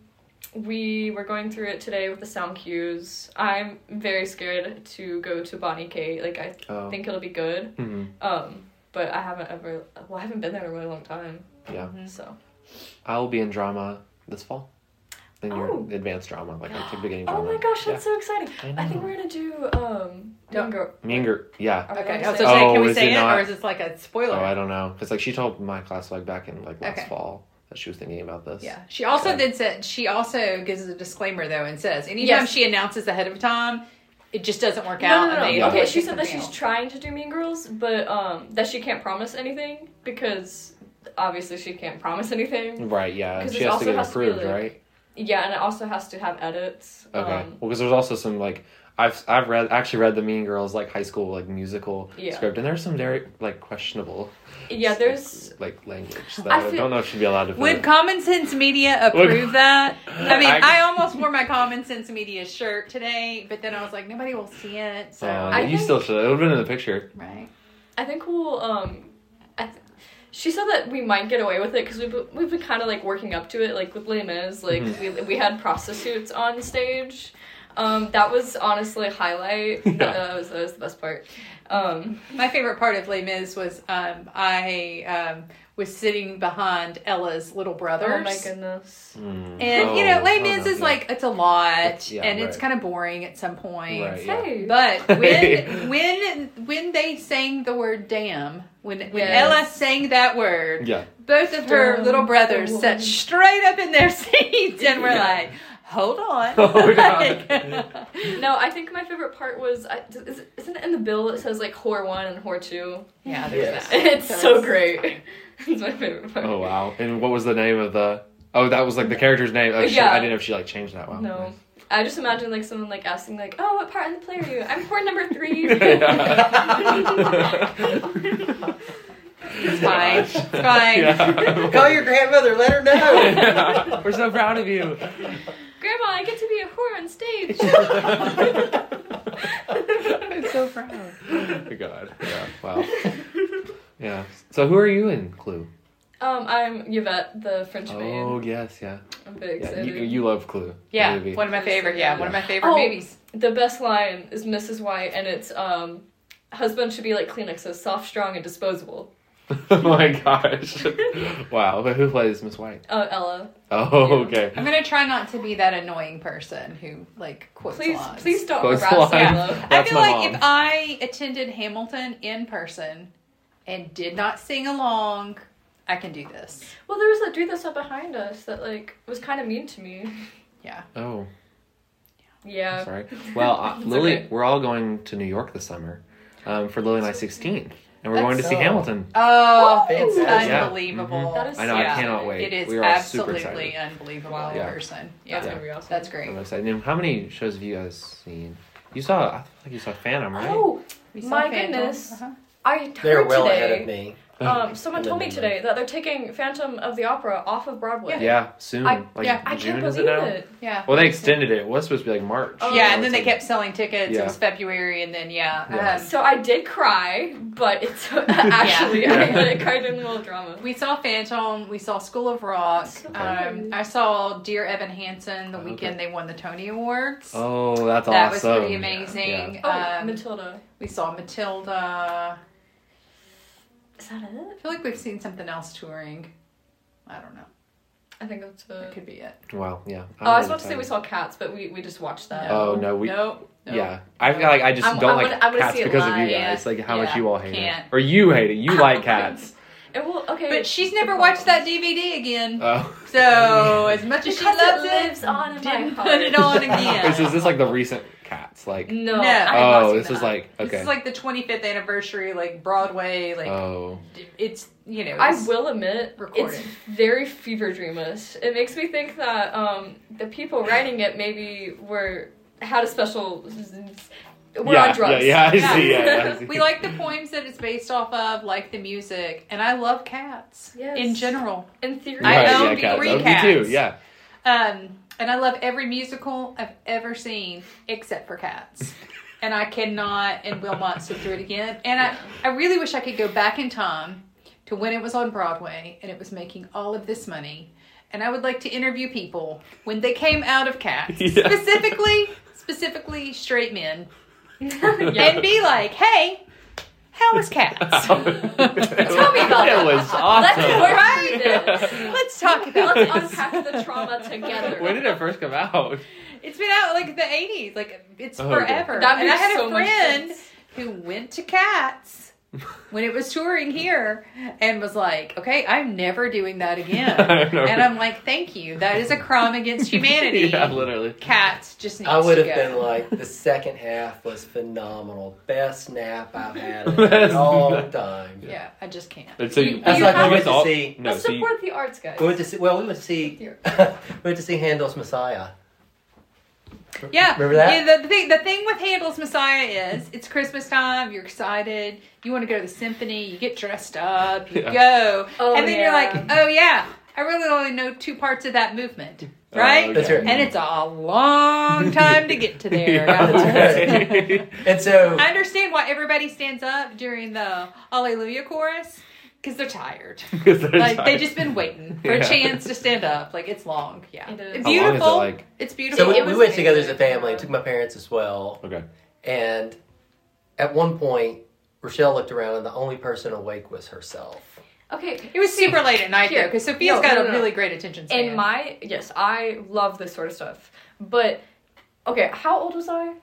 [SPEAKER 1] we were going through it today with the sound cues. I'm very scared to go to Bonnie K. Like, I
[SPEAKER 2] Oh.
[SPEAKER 1] think it'll be good.
[SPEAKER 2] hmm
[SPEAKER 1] Um, but I haven't ever. Well, I
[SPEAKER 2] Mm-hmm.
[SPEAKER 1] haven't been there in a really long time.
[SPEAKER 2] Yeah.
[SPEAKER 1] So
[SPEAKER 2] I'll be in drama this fall. Then you're
[SPEAKER 1] Oh.
[SPEAKER 2] advanced drama, like I keep beginning
[SPEAKER 1] Oh
[SPEAKER 2] drama.
[SPEAKER 1] my gosh, that's so exciting!
[SPEAKER 2] I
[SPEAKER 1] I think
[SPEAKER 2] know.
[SPEAKER 1] we're gonna do um.
[SPEAKER 3] Don't-
[SPEAKER 1] Young Girl.
[SPEAKER 2] Minger, yeah.
[SPEAKER 1] Are we
[SPEAKER 3] Okay.
[SPEAKER 1] allowed to
[SPEAKER 3] So should
[SPEAKER 1] say
[SPEAKER 3] I-
[SPEAKER 1] that?
[SPEAKER 2] Oh,
[SPEAKER 3] can we
[SPEAKER 2] is
[SPEAKER 3] say
[SPEAKER 2] it
[SPEAKER 3] it,
[SPEAKER 2] not-
[SPEAKER 3] or is this like a spoiler?
[SPEAKER 2] Oh, I don't know, because like she told my class like back in like last
[SPEAKER 3] Okay.
[SPEAKER 2] fall that she was thinking about this.
[SPEAKER 3] Yeah. She also
[SPEAKER 2] Okay.
[SPEAKER 3] did said she also gives a disclaimer though and says anytime
[SPEAKER 1] Yes.
[SPEAKER 3] she announces ahead of time, it just doesn't work
[SPEAKER 1] No, no,
[SPEAKER 3] out.
[SPEAKER 1] no.
[SPEAKER 3] and they
[SPEAKER 1] no. Okay,
[SPEAKER 3] always
[SPEAKER 1] she
[SPEAKER 3] do
[SPEAKER 1] said that
[SPEAKER 3] something
[SPEAKER 1] she's
[SPEAKER 3] else.
[SPEAKER 1] trying to do Mean Girls, but um, that she can't promise anything because obviously she can't promise anything.
[SPEAKER 2] Right. Yeah. and
[SPEAKER 1] 'Cause it
[SPEAKER 2] She has to
[SPEAKER 1] also
[SPEAKER 2] get
[SPEAKER 1] has to be,
[SPEAKER 2] approved,
[SPEAKER 1] like,
[SPEAKER 2] right?
[SPEAKER 1] Yeah, and it also has to have edits.
[SPEAKER 2] Okay. Well, 'cause
[SPEAKER 1] Um,
[SPEAKER 2] well, because there's also some like I've I've read actually read the Mean Girls like high school like musical
[SPEAKER 1] Yeah.
[SPEAKER 2] script, and there's some very like questionable
[SPEAKER 1] yeah,
[SPEAKER 2] like,
[SPEAKER 1] there's
[SPEAKER 2] like language that
[SPEAKER 1] I
[SPEAKER 2] I,
[SPEAKER 1] feel-
[SPEAKER 2] don't know if she'd be allowed to. put
[SPEAKER 3] Would
[SPEAKER 2] in.
[SPEAKER 3] Common Sense Media
[SPEAKER 2] Would-
[SPEAKER 3] approve that? I mean,
[SPEAKER 2] I-
[SPEAKER 3] I, almost wore my Common Sense Media shirt today, but then I was like, nobody will see it, so
[SPEAKER 2] Uh,
[SPEAKER 1] I
[SPEAKER 2] you
[SPEAKER 1] think-
[SPEAKER 2] still should. It would have been in the picture.
[SPEAKER 3] right.
[SPEAKER 1] I think we'll. Um, I th- she said that we might get away with it because we've been- we've been kind of like working up to it, like with Les Mis, like
[SPEAKER 2] Mm-hmm.
[SPEAKER 1] we we had prostitutes on stage. Um, that was honestly a highlight.
[SPEAKER 2] Yeah.
[SPEAKER 1] That, was, that was the best part. Um,
[SPEAKER 3] My favorite part of Les Mis was um, I um, was sitting behind Ella's little brothers.
[SPEAKER 1] oh my goodness.
[SPEAKER 2] Mm.
[SPEAKER 3] And
[SPEAKER 2] Oh,
[SPEAKER 3] you know, Les
[SPEAKER 2] oh,
[SPEAKER 3] Mis
[SPEAKER 2] no,
[SPEAKER 3] is
[SPEAKER 2] yeah.
[SPEAKER 3] like it's a lot,
[SPEAKER 2] It's- yeah,
[SPEAKER 3] and it's
[SPEAKER 2] right.
[SPEAKER 3] kind of boring at some point.
[SPEAKER 2] Right. Yeah.
[SPEAKER 1] Hey,
[SPEAKER 3] But when when when they sang the word "damn," when when
[SPEAKER 1] Yes.
[SPEAKER 3] Ella sang that word,
[SPEAKER 2] Yeah.
[SPEAKER 3] both of her
[SPEAKER 1] Damn.
[SPEAKER 3] little brothers
[SPEAKER 1] Damn.
[SPEAKER 3] sat straight up in their seats and were
[SPEAKER 2] Yeah. Oh,
[SPEAKER 3] like, "Hold on."
[SPEAKER 2] Hold on.
[SPEAKER 1] No, I think my favorite part was I, is, isn't it in the bill it says like whore one and whore two.
[SPEAKER 3] yeah, there's
[SPEAKER 4] Yes.
[SPEAKER 3] that.
[SPEAKER 1] It's so great. it's my favorite part.
[SPEAKER 2] Oh wow! And what was the name of the? Oh, that was like the character's name. Oh, she,
[SPEAKER 1] Yeah.
[SPEAKER 2] I didn't know if she like changed that. Wow.
[SPEAKER 1] No. I just imagine like someone like asking like, "Oh, what part in the play are you?" I'm whore number three.
[SPEAKER 3] It's fine. It's fine.
[SPEAKER 2] Yeah.
[SPEAKER 4] Call your grandmother. Let her know.
[SPEAKER 2] We're so proud of you.
[SPEAKER 1] Grandma, I get to be a whore on stage.
[SPEAKER 3] I'm so proud.
[SPEAKER 2] God. Yeah. Wow. Yeah. So who are you in Clue?
[SPEAKER 1] um, I'm Yvette, the French
[SPEAKER 2] Oh
[SPEAKER 1] maid.
[SPEAKER 2] yes, yeah.
[SPEAKER 1] I'm very
[SPEAKER 2] Yeah.
[SPEAKER 1] excited.
[SPEAKER 2] You, you love Clue. the
[SPEAKER 3] Yeah,
[SPEAKER 2] movie.
[SPEAKER 3] one of my favorite. Yeah, one of my favorite
[SPEAKER 1] Oh.
[SPEAKER 3] movies.
[SPEAKER 1] The best line is Mrs. White, and it's um, husband should be like Kleenexes, soft, strong, and disposable.
[SPEAKER 2] oh my gosh. wow. But who plays Miss White?
[SPEAKER 1] Oh, Ella,
[SPEAKER 2] Oh,
[SPEAKER 1] Yeah.
[SPEAKER 2] okay.
[SPEAKER 3] I'm gonna try not to be that annoying person who like quotes.
[SPEAKER 1] please,
[SPEAKER 3] lines.
[SPEAKER 1] please don't
[SPEAKER 2] Close
[SPEAKER 1] harass
[SPEAKER 2] line.
[SPEAKER 1] Ella.
[SPEAKER 2] That's
[SPEAKER 3] I feel
[SPEAKER 2] my
[SPEAKER 3] like
[SPEAKER 2] mom.
[SPEAKER 3] if I attended Hamilton in person and did not sing along, I can do this.
[SPEAKER 1] Well, there was that dude that sat behind us that like was kind of mean to me.
[SPEAKER 3] Yeah.
[SPEAKER 2] Oh,
[SPEAKER 1] Yeah.
[SPEAKER 2] sorry. Well, uh,
[SPEAKER 1] It's
[SPEAKER 2] Lily,
[SPEAKER 1] okay.
[SPEAKER 2] we're all going to New York this summer um, for Lily and I 16th, and we're going to see
[SPEAKER 4] That's-
[SPEAKER 2] Hamilton.
[SPEAKER 3] Oh,
[SPEAKER 4] Woo!
[SPEAKER 3] it's
[SPEAKER 4] Fantastic.
[SPEAKER 2] Yeah.
[SPEAKER 3] unbelievable.
[SPEAKER 1] That is
[SPEAKER 2] I know.
[SPEAKER 1] Yeah.
[SPEAKER 2] I cannot wait.
[SPEAKER 3] It is
[SPEAKER 2] we are all super
[SPEAKER 3] absolutely
[SPEAKER 2] excited.
[SPEAKER 3] unbelievable
[SPEAKER 1] Wow.
[SPEAKER 3] in
[SPEAKER 2] Yeah.
[SPEAKER 3] person.
[SPEAKER 1] That's
[SPEAKER 3] Yeah.
[SPEAKER 1] gonna be awesome.
[SPEAKER 3] That's
[SPEAKER 2] I'm
[SPEAKER 3] great.
[SPEAKER 2] excited. Now, how many shows have you guys seen? You saw. I feel like you saw Phantom, right?
[SPEAKER 1] Oh,
[SPEAKER 3] We saw
[SPEAKER 1] My
[SPEAKER 3] Phantom.
[SPEAKER 1] goodness.
[SPEAKER 3] Uh-huh.
[SPEAKER 1] I
[SPEAKER 4] They're
[SPEAKER 1] heard
[SPEAKER 4] well ahead of
[SPEAKER 1] today.
[SPEAKER 4] me.
[SPEAKER 1] Um, someone told me
[SPEAKER 4] Linda.
[SPEAKER 1] today that they're taking Phantom of the Opera off of Broadway.
[SPEAKER 2] Yeah, soon.
[SPEAKER 1] I-
[SPEAKER 2] like
[SPEAKER 3] yeah,
[SPEAKER 1] I
[SPEAKER 2] June
[SPEAKER 1] can't
[SPEAKER 2] is
[SPEAKER 1] believe
[SPEAKER 2] it now?
[SPEAKER 1] it.
[SPEAKER 3] Yeah.
[SPEAKER 2] Well, they extended it. It was supposed to be like March.
[SPEAKER 1] Oh.
[SPEAKER 3] yeah, and
[SPEAKER 2] Now
[SPEAKER 3] then they
[SPEAKER 2] it's like-
[SPEAKER 3] kept selling tickets.
[SPEAKER 2] Yeah.
[SPEAKER 3] It was February, and then yeah.
[SPEAKER 2] Yeah.
[SPEAKER 3] um,
[SPEAKER 1] So I did cry, but it's actually I
[SPEAKER 2] Yeah.
[SPEAKER 1] let it cry during the little drama.
[SPEAKER 3] We saw Phantom. We saw School of Rock.
[SPEAKER 1] So
[SPEAKER 3] Um, I saw Dear Evan Hansen the
[SPEAKER 2] Oh, Okay.
[SPEAKER 3] weekend they won the Tony Awards.
[SPEAKER 2] Oh, that's
[SPEAKER 3] that
[SPEAKER 2] awesome.
[SPEAKER 3] was pretty amazing.
[SPEAKER 2] Yeah.
[SPEAKER 1] Oh,
[SPEAKER 3] Um,
[SPEAKER 1] Matilda.
[SPEAKER 3] we saw Matilda.
[SPEAKER 1] Is that
[SPEAKER 3] I
[SPEAKER 1] it?
[SPEAKER 3] feel like we've seen something else touring. I don't know.
[SPEAKER 1] I think that's
[SPEAKER 3] That
[SPEAKER 1] it.
[SPEAKER 3] could be it.
[SPEAKER 2] Wow. Yeah.
[SPEAKER 1] Oh, I was about to say we saw Cats, but we, we just watched that.
[SPEAKER 2] Oh, no, we-
[SPEAKER 3] Nope. nope.
[SPEAKER 2] Yeah, I feel like I just
[SPEAKER 1] I'm-
[SPEAKER 2] don't
[SPEAKER 1] I
[SPEAKER 2] like
[SPEAKER 1] wanna- I wanna
[SPEAKER 2] cats
[SPEAKER 1] see it
[SPEAKER 2] because of you
[SPEAKER 1] live.
[SPEAKER 2] guys. Like how much
[SPEAKER 3] Yeah.
[SPEAKER 2] you all hate
[SPEAKER 3] Can't.
[SPEAKER 2] it, or you hate it. You like cats.
[SPEAKER 1] And well, okay.
[SPEAKER 3] But she's never watched that DVD again.
[SPEAKER 2] Oh.
[SPEAKER 3] so as much as
[SPEAKER 1] because
[SPEAKER 3] she loves
[SPEAKER 1] it
[SPEAKER 3] it,
[SPEAKER 1] lives on in my
[SPEAKER 3] didn't
[SPEAKER 1] heart.
[SPEAKER 3] put it on
[SPEAKER 2] Is, is
[SPEAKER 3] again.
[SPEAKER 2] this like the recent cats? Like
[SPEAKER 1] No.
[SPEAKER 3] No.
[SPEAKER 1] I have not
[SPEAKER 2] oh,
[SPEAKER 1] seen
[SPEAKER 2] this is
[SPEAKER 1] that.
[SPEAKER 2] like okay.
[SPEAKER 3] This is like the 25th anniversary, like Broadway, like
[SPEAKER 2] oh,
[SPEAKER 3] it's you know.
[SPEAKER 1] I
[SPEAKER 3] it's-
[SPEAKER 1] will admit,
[SPEAKER 3] recorded.
[SPEAKER 1] it's very fever dreamish. It makes me think that um, the people writing it maybe were had a special. We're
[SPEAKER 2] yeah,
[SPEAKER 1] on drugs.
[SPEAKER 2] Yeah, yeah, I
[SPEAKER 3] Yeah.
[SPEAKER 2] see. Yeah, yeah, I see.
[SPEAKER 3] We like the poems that it's based off of, like the music, and I love cats
[SPEAKER 1] Yes.
[SPEAKER 3] in general.
[SPEAKER 1] In theory,
[SPEAKER 3] I
[SPEAKER 2] Right,
[SPEAKER 3] own
[SPEAKER 2] yeah, cats.
[SPEAKER 3] three
[SPEAKER 2] Oh, me
[SPEAKER 3] cats.
[SPEAKER 2] too. Yeah.
[SPEAKER 3] Um, and I love every musical I've ever seen except for Cats. and I cannot and will not sit through it again. And I, I really wish I could go back in time to when it was on Broadway and it was making all of this money. And I would like to interview people when they came out of Cats,
[SPEAKER 2] Yeah.
[SPEAKER 3] specifically, specifically straight men,
[SPEAKER 1] Yeah.
[SPEAKER 3] and be like, "Hey, how was Cats?"
[SPEAKER 2] Tell
[SPEAKER 1] me about
[SPEAKER 2] it.
[SPEAKER 1] that.
[SPEAKER 2] was awesome.
[SPEAKER 1] Let's work through this.
[SPEAKER 3] Let's talk about
[SPEAKER 1] Let's
[SPEAKER 3] this.
[SPEAKER 1] unpack the trauma together.
[SPEAKER 2] when did it first come out?
[SPEAKER 3] It's been out like the 80s. Like it's
[SPEAKER 2] Oh, okay.
[SPEAKER 3] forever.
[SPEAKER 1] That
[SPEAKER 3] and I
[SPEAKER 1] makes
[SPEAKER 3] had
[SPEAKER 1] so
[SPEAKER 3] a
[SPEAKER 1] much
[SPEAKER 3] friend
[SPEAKER 1] sense.
[SPEAKER 3] who went to Cats when it was touring here and was like, "Okay, I'm never doing that again."
[SPEAKER 2] I know.
[SPEAKER 3] and I'm like, "Thank you. That is a crime against humanity."
[SPEAKER 2] yeah, literally.
[SPEAKER 3] Cats just needs
[SPEAKER 4] I would
[SPEAKER 3] to
[SPEAKER 4] have
[SPEAKER 3] go.
[SPEAKER 4] been like, the second half was phenomenal. Best nap I've had in
[SPEAKER 2] Best
[SPEAKER 4] a long
[SPEAKER 2] nap.
[SPEAKER 4] time.
[SPEAKER 3] yeah, I just can't.
[SPEAKER 2] And so you,
[SPEAKER 1] That's
[SPEAKER 2] you-
[SPEAKER 1] like we
[SPEAKER 2] you guys
[SPEAKER 1] went
[SPEAKER 4] to
[SPEAKER 2] all-
[SPEAKER 4] see-
[SPEAKER 2] No,
[SPEAKER 1] Let's
[SPEAKER 2] so you-
[SPEAKER 1] support the arts, guys.
[SPEAKER 4] We went to see. Well, we went to see. we
[SPEAKER 1] Here.
[SPEAKER 4] went to see Handel's Messiah.
[SPEAKER 3] Yeah,
[SPEAKER 4] Remember that?
[SPEAKER 3] Yeah, the, the thing the thing with Handel's Messiah is it's Christmas time. You're excited. You want to go to the symphony. You get dressed up. You
[SPEAKER 2] Yeah.
[SPEAKER 3] go,
[SPEAKER 1] Oh,
[SPEAKER 3] and then
[SPEAKER 1] yeah.
[SPEAKER 3] you're like, oh yeah, I really only know two parts of that movement, right?
[SPEAKER 2] oh, okay.
[SPEAKER 4] That's right.
[SPEAKER 3] And it's a long time to get to
[SPEAKER 2] Yeah,
[SPEAKER 3] there. guys.
[SPEAKER 2] that's right.
[SPEAKER 4] And so
[SPEAKER 3] I understand why everybody stands up during the Hallelujah chorus because they're tired.
[SPEAKER 2] 'Cause they're
[SPEAKER 3] Like they
[SPEAKER 2] tired.
[SPEAKER 3] just been waiting for
[SPEAKER 2] Yeah.
[SPEAKER 3] a chance to stand up. Like it's long. Yeah,
[SPEAKER 1] It is. How
[SPEAKER 2] long
[SPEAKER 3] It's
[SPEAKER 2] is it,
[SPEAKER 3] beautiful.
[SPEAKER 2] like?
[SPEAKER 3] It's beautiful.
[SPEAKER 4] so we,
[SPEAKER 1] It
[SPEAKER 4] we
[SPEAKER 1] was
[SPEAKER 4] went together as a
[SPEAKER 1] amazing.
[SPEAKER 4] family. I took my parents as well.
[SPEAKER 2] Okay.
[SPEAKER 4] And at one point, Rochelle looked around, and the only person awake was herself.
[SPEAKER 1] Okay.
[SPEAKER 3] It was super late at night
[SPEAKER 1] Here.
[SPEAKER 3] though, because Sophia's
[SPEAKER 1] No,
[SPEAKER 3] got
[SPEAKER 1] no,
[SPEAKER 3] a
[SPEAKER 1] no, no.
[SPEAKER 3] really great attention span.
[SPEAKER 1] In my yes, I love this sort of stuff. But okay, how old was I?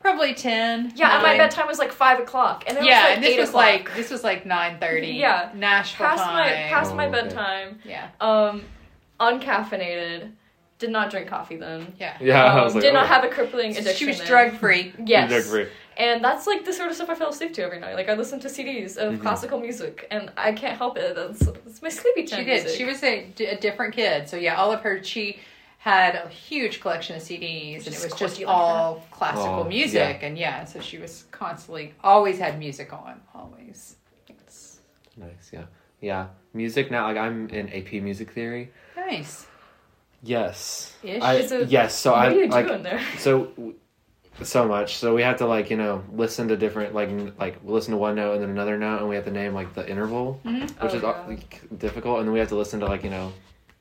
[SPEAKER 3] probably ten.
[SPEAKER 1] Yeah, and my
[SPEAKER 3] nine.
[SPEAKER 1] bedtime was like five o'clock, and it
[SPEAKER 3] Yeah,
[SPEAKER 1] was like
[SPEAKER 3] and
[SPEAKER 1] eight
[SPEAKER 3] this was
[SPEAKER 1] o'clock.
[SPEAKER 3] like this was like nine thirty.
[SPEAKER 1] Yeah.
[SPEAKER 3] Nashville
[SPEAKER 1] past
[SPEAKER 3] time.
[SPEAKER 1] my past my
[SPEAKER 2] Oh, okay.
[SPEAKER 1] bedtime.
[SPEAKER 3] yeah,
[SPEAKER 1] Um, uncaffeinated. Did not drink coffee then.
[SPEAKER 3] yeah.
[SPEAKER 2] Yeah, I
[SPEAKER 1] Um,
[SPEAKER 2] was like,
[SPEAKER 1] did not
[SPEAKER 2] oh.
[SPEAKER 1] have a crippling
[SPEAKER 3] So
[SPEAKER 1] addiction.
[SPEAKER 3] she was
[SPEAKER 1] then.
[SPEAKER 3] drug free.
[SPEAKER 1] Yes.
[SPEAKER 2] You're great.
[SPEAKER 1] And that's like the sort of stuff I fell asleep to every night. Like I listened to CDs
[SPEAKER 2] Mm-hmm.
[SPEAKER 1] of classical music, and I can't help it. That's, that's my sleepy time
[SPEAKER 3] She did.
[SPEAKER 1] music.
[SPEAKER 3] She was a, d- a different kid. So yeah, all of her she had a huge collection of CDs, and it
[SPEAKER 1] Just
[SPEAKER 3] was just
[SPEAKER 1] quirky like
[SPEAKER 3] all classical
[SPEAKER 2] Oh,
[SPEAKER 3] music. And yeah, so she was constantly always had music on. Always.
[SPEAKER 2] Nice, yeah. Yeah. Music now, like I'm in AP music theory.
[SPEAKER 3] Nice.
[SPEAKER 2] Yes.
[SPEAKER 3] Ish.
[SPEAKER 2] I,
[SPEAKER 1] So,
[SPEAKER 2] yes, so
[SPEAKER 1] What
[SPEAKER 2] I
[SPEAKER 1] are you
[SPEAKER 2] like
[SPEAKER 1] doing there?
[SPEAKER 2] so w- so much. So we have to like, you know, listen to different like n- like we'll listen to one note and then another note and we have to name like the interval, which
[SPEAKER 1] Oh,
[SPEAKER 2] is
[SPEAKER 1] yeah.
[SPEAKER 2] al- like, difficult and then we have to listen to like, you know,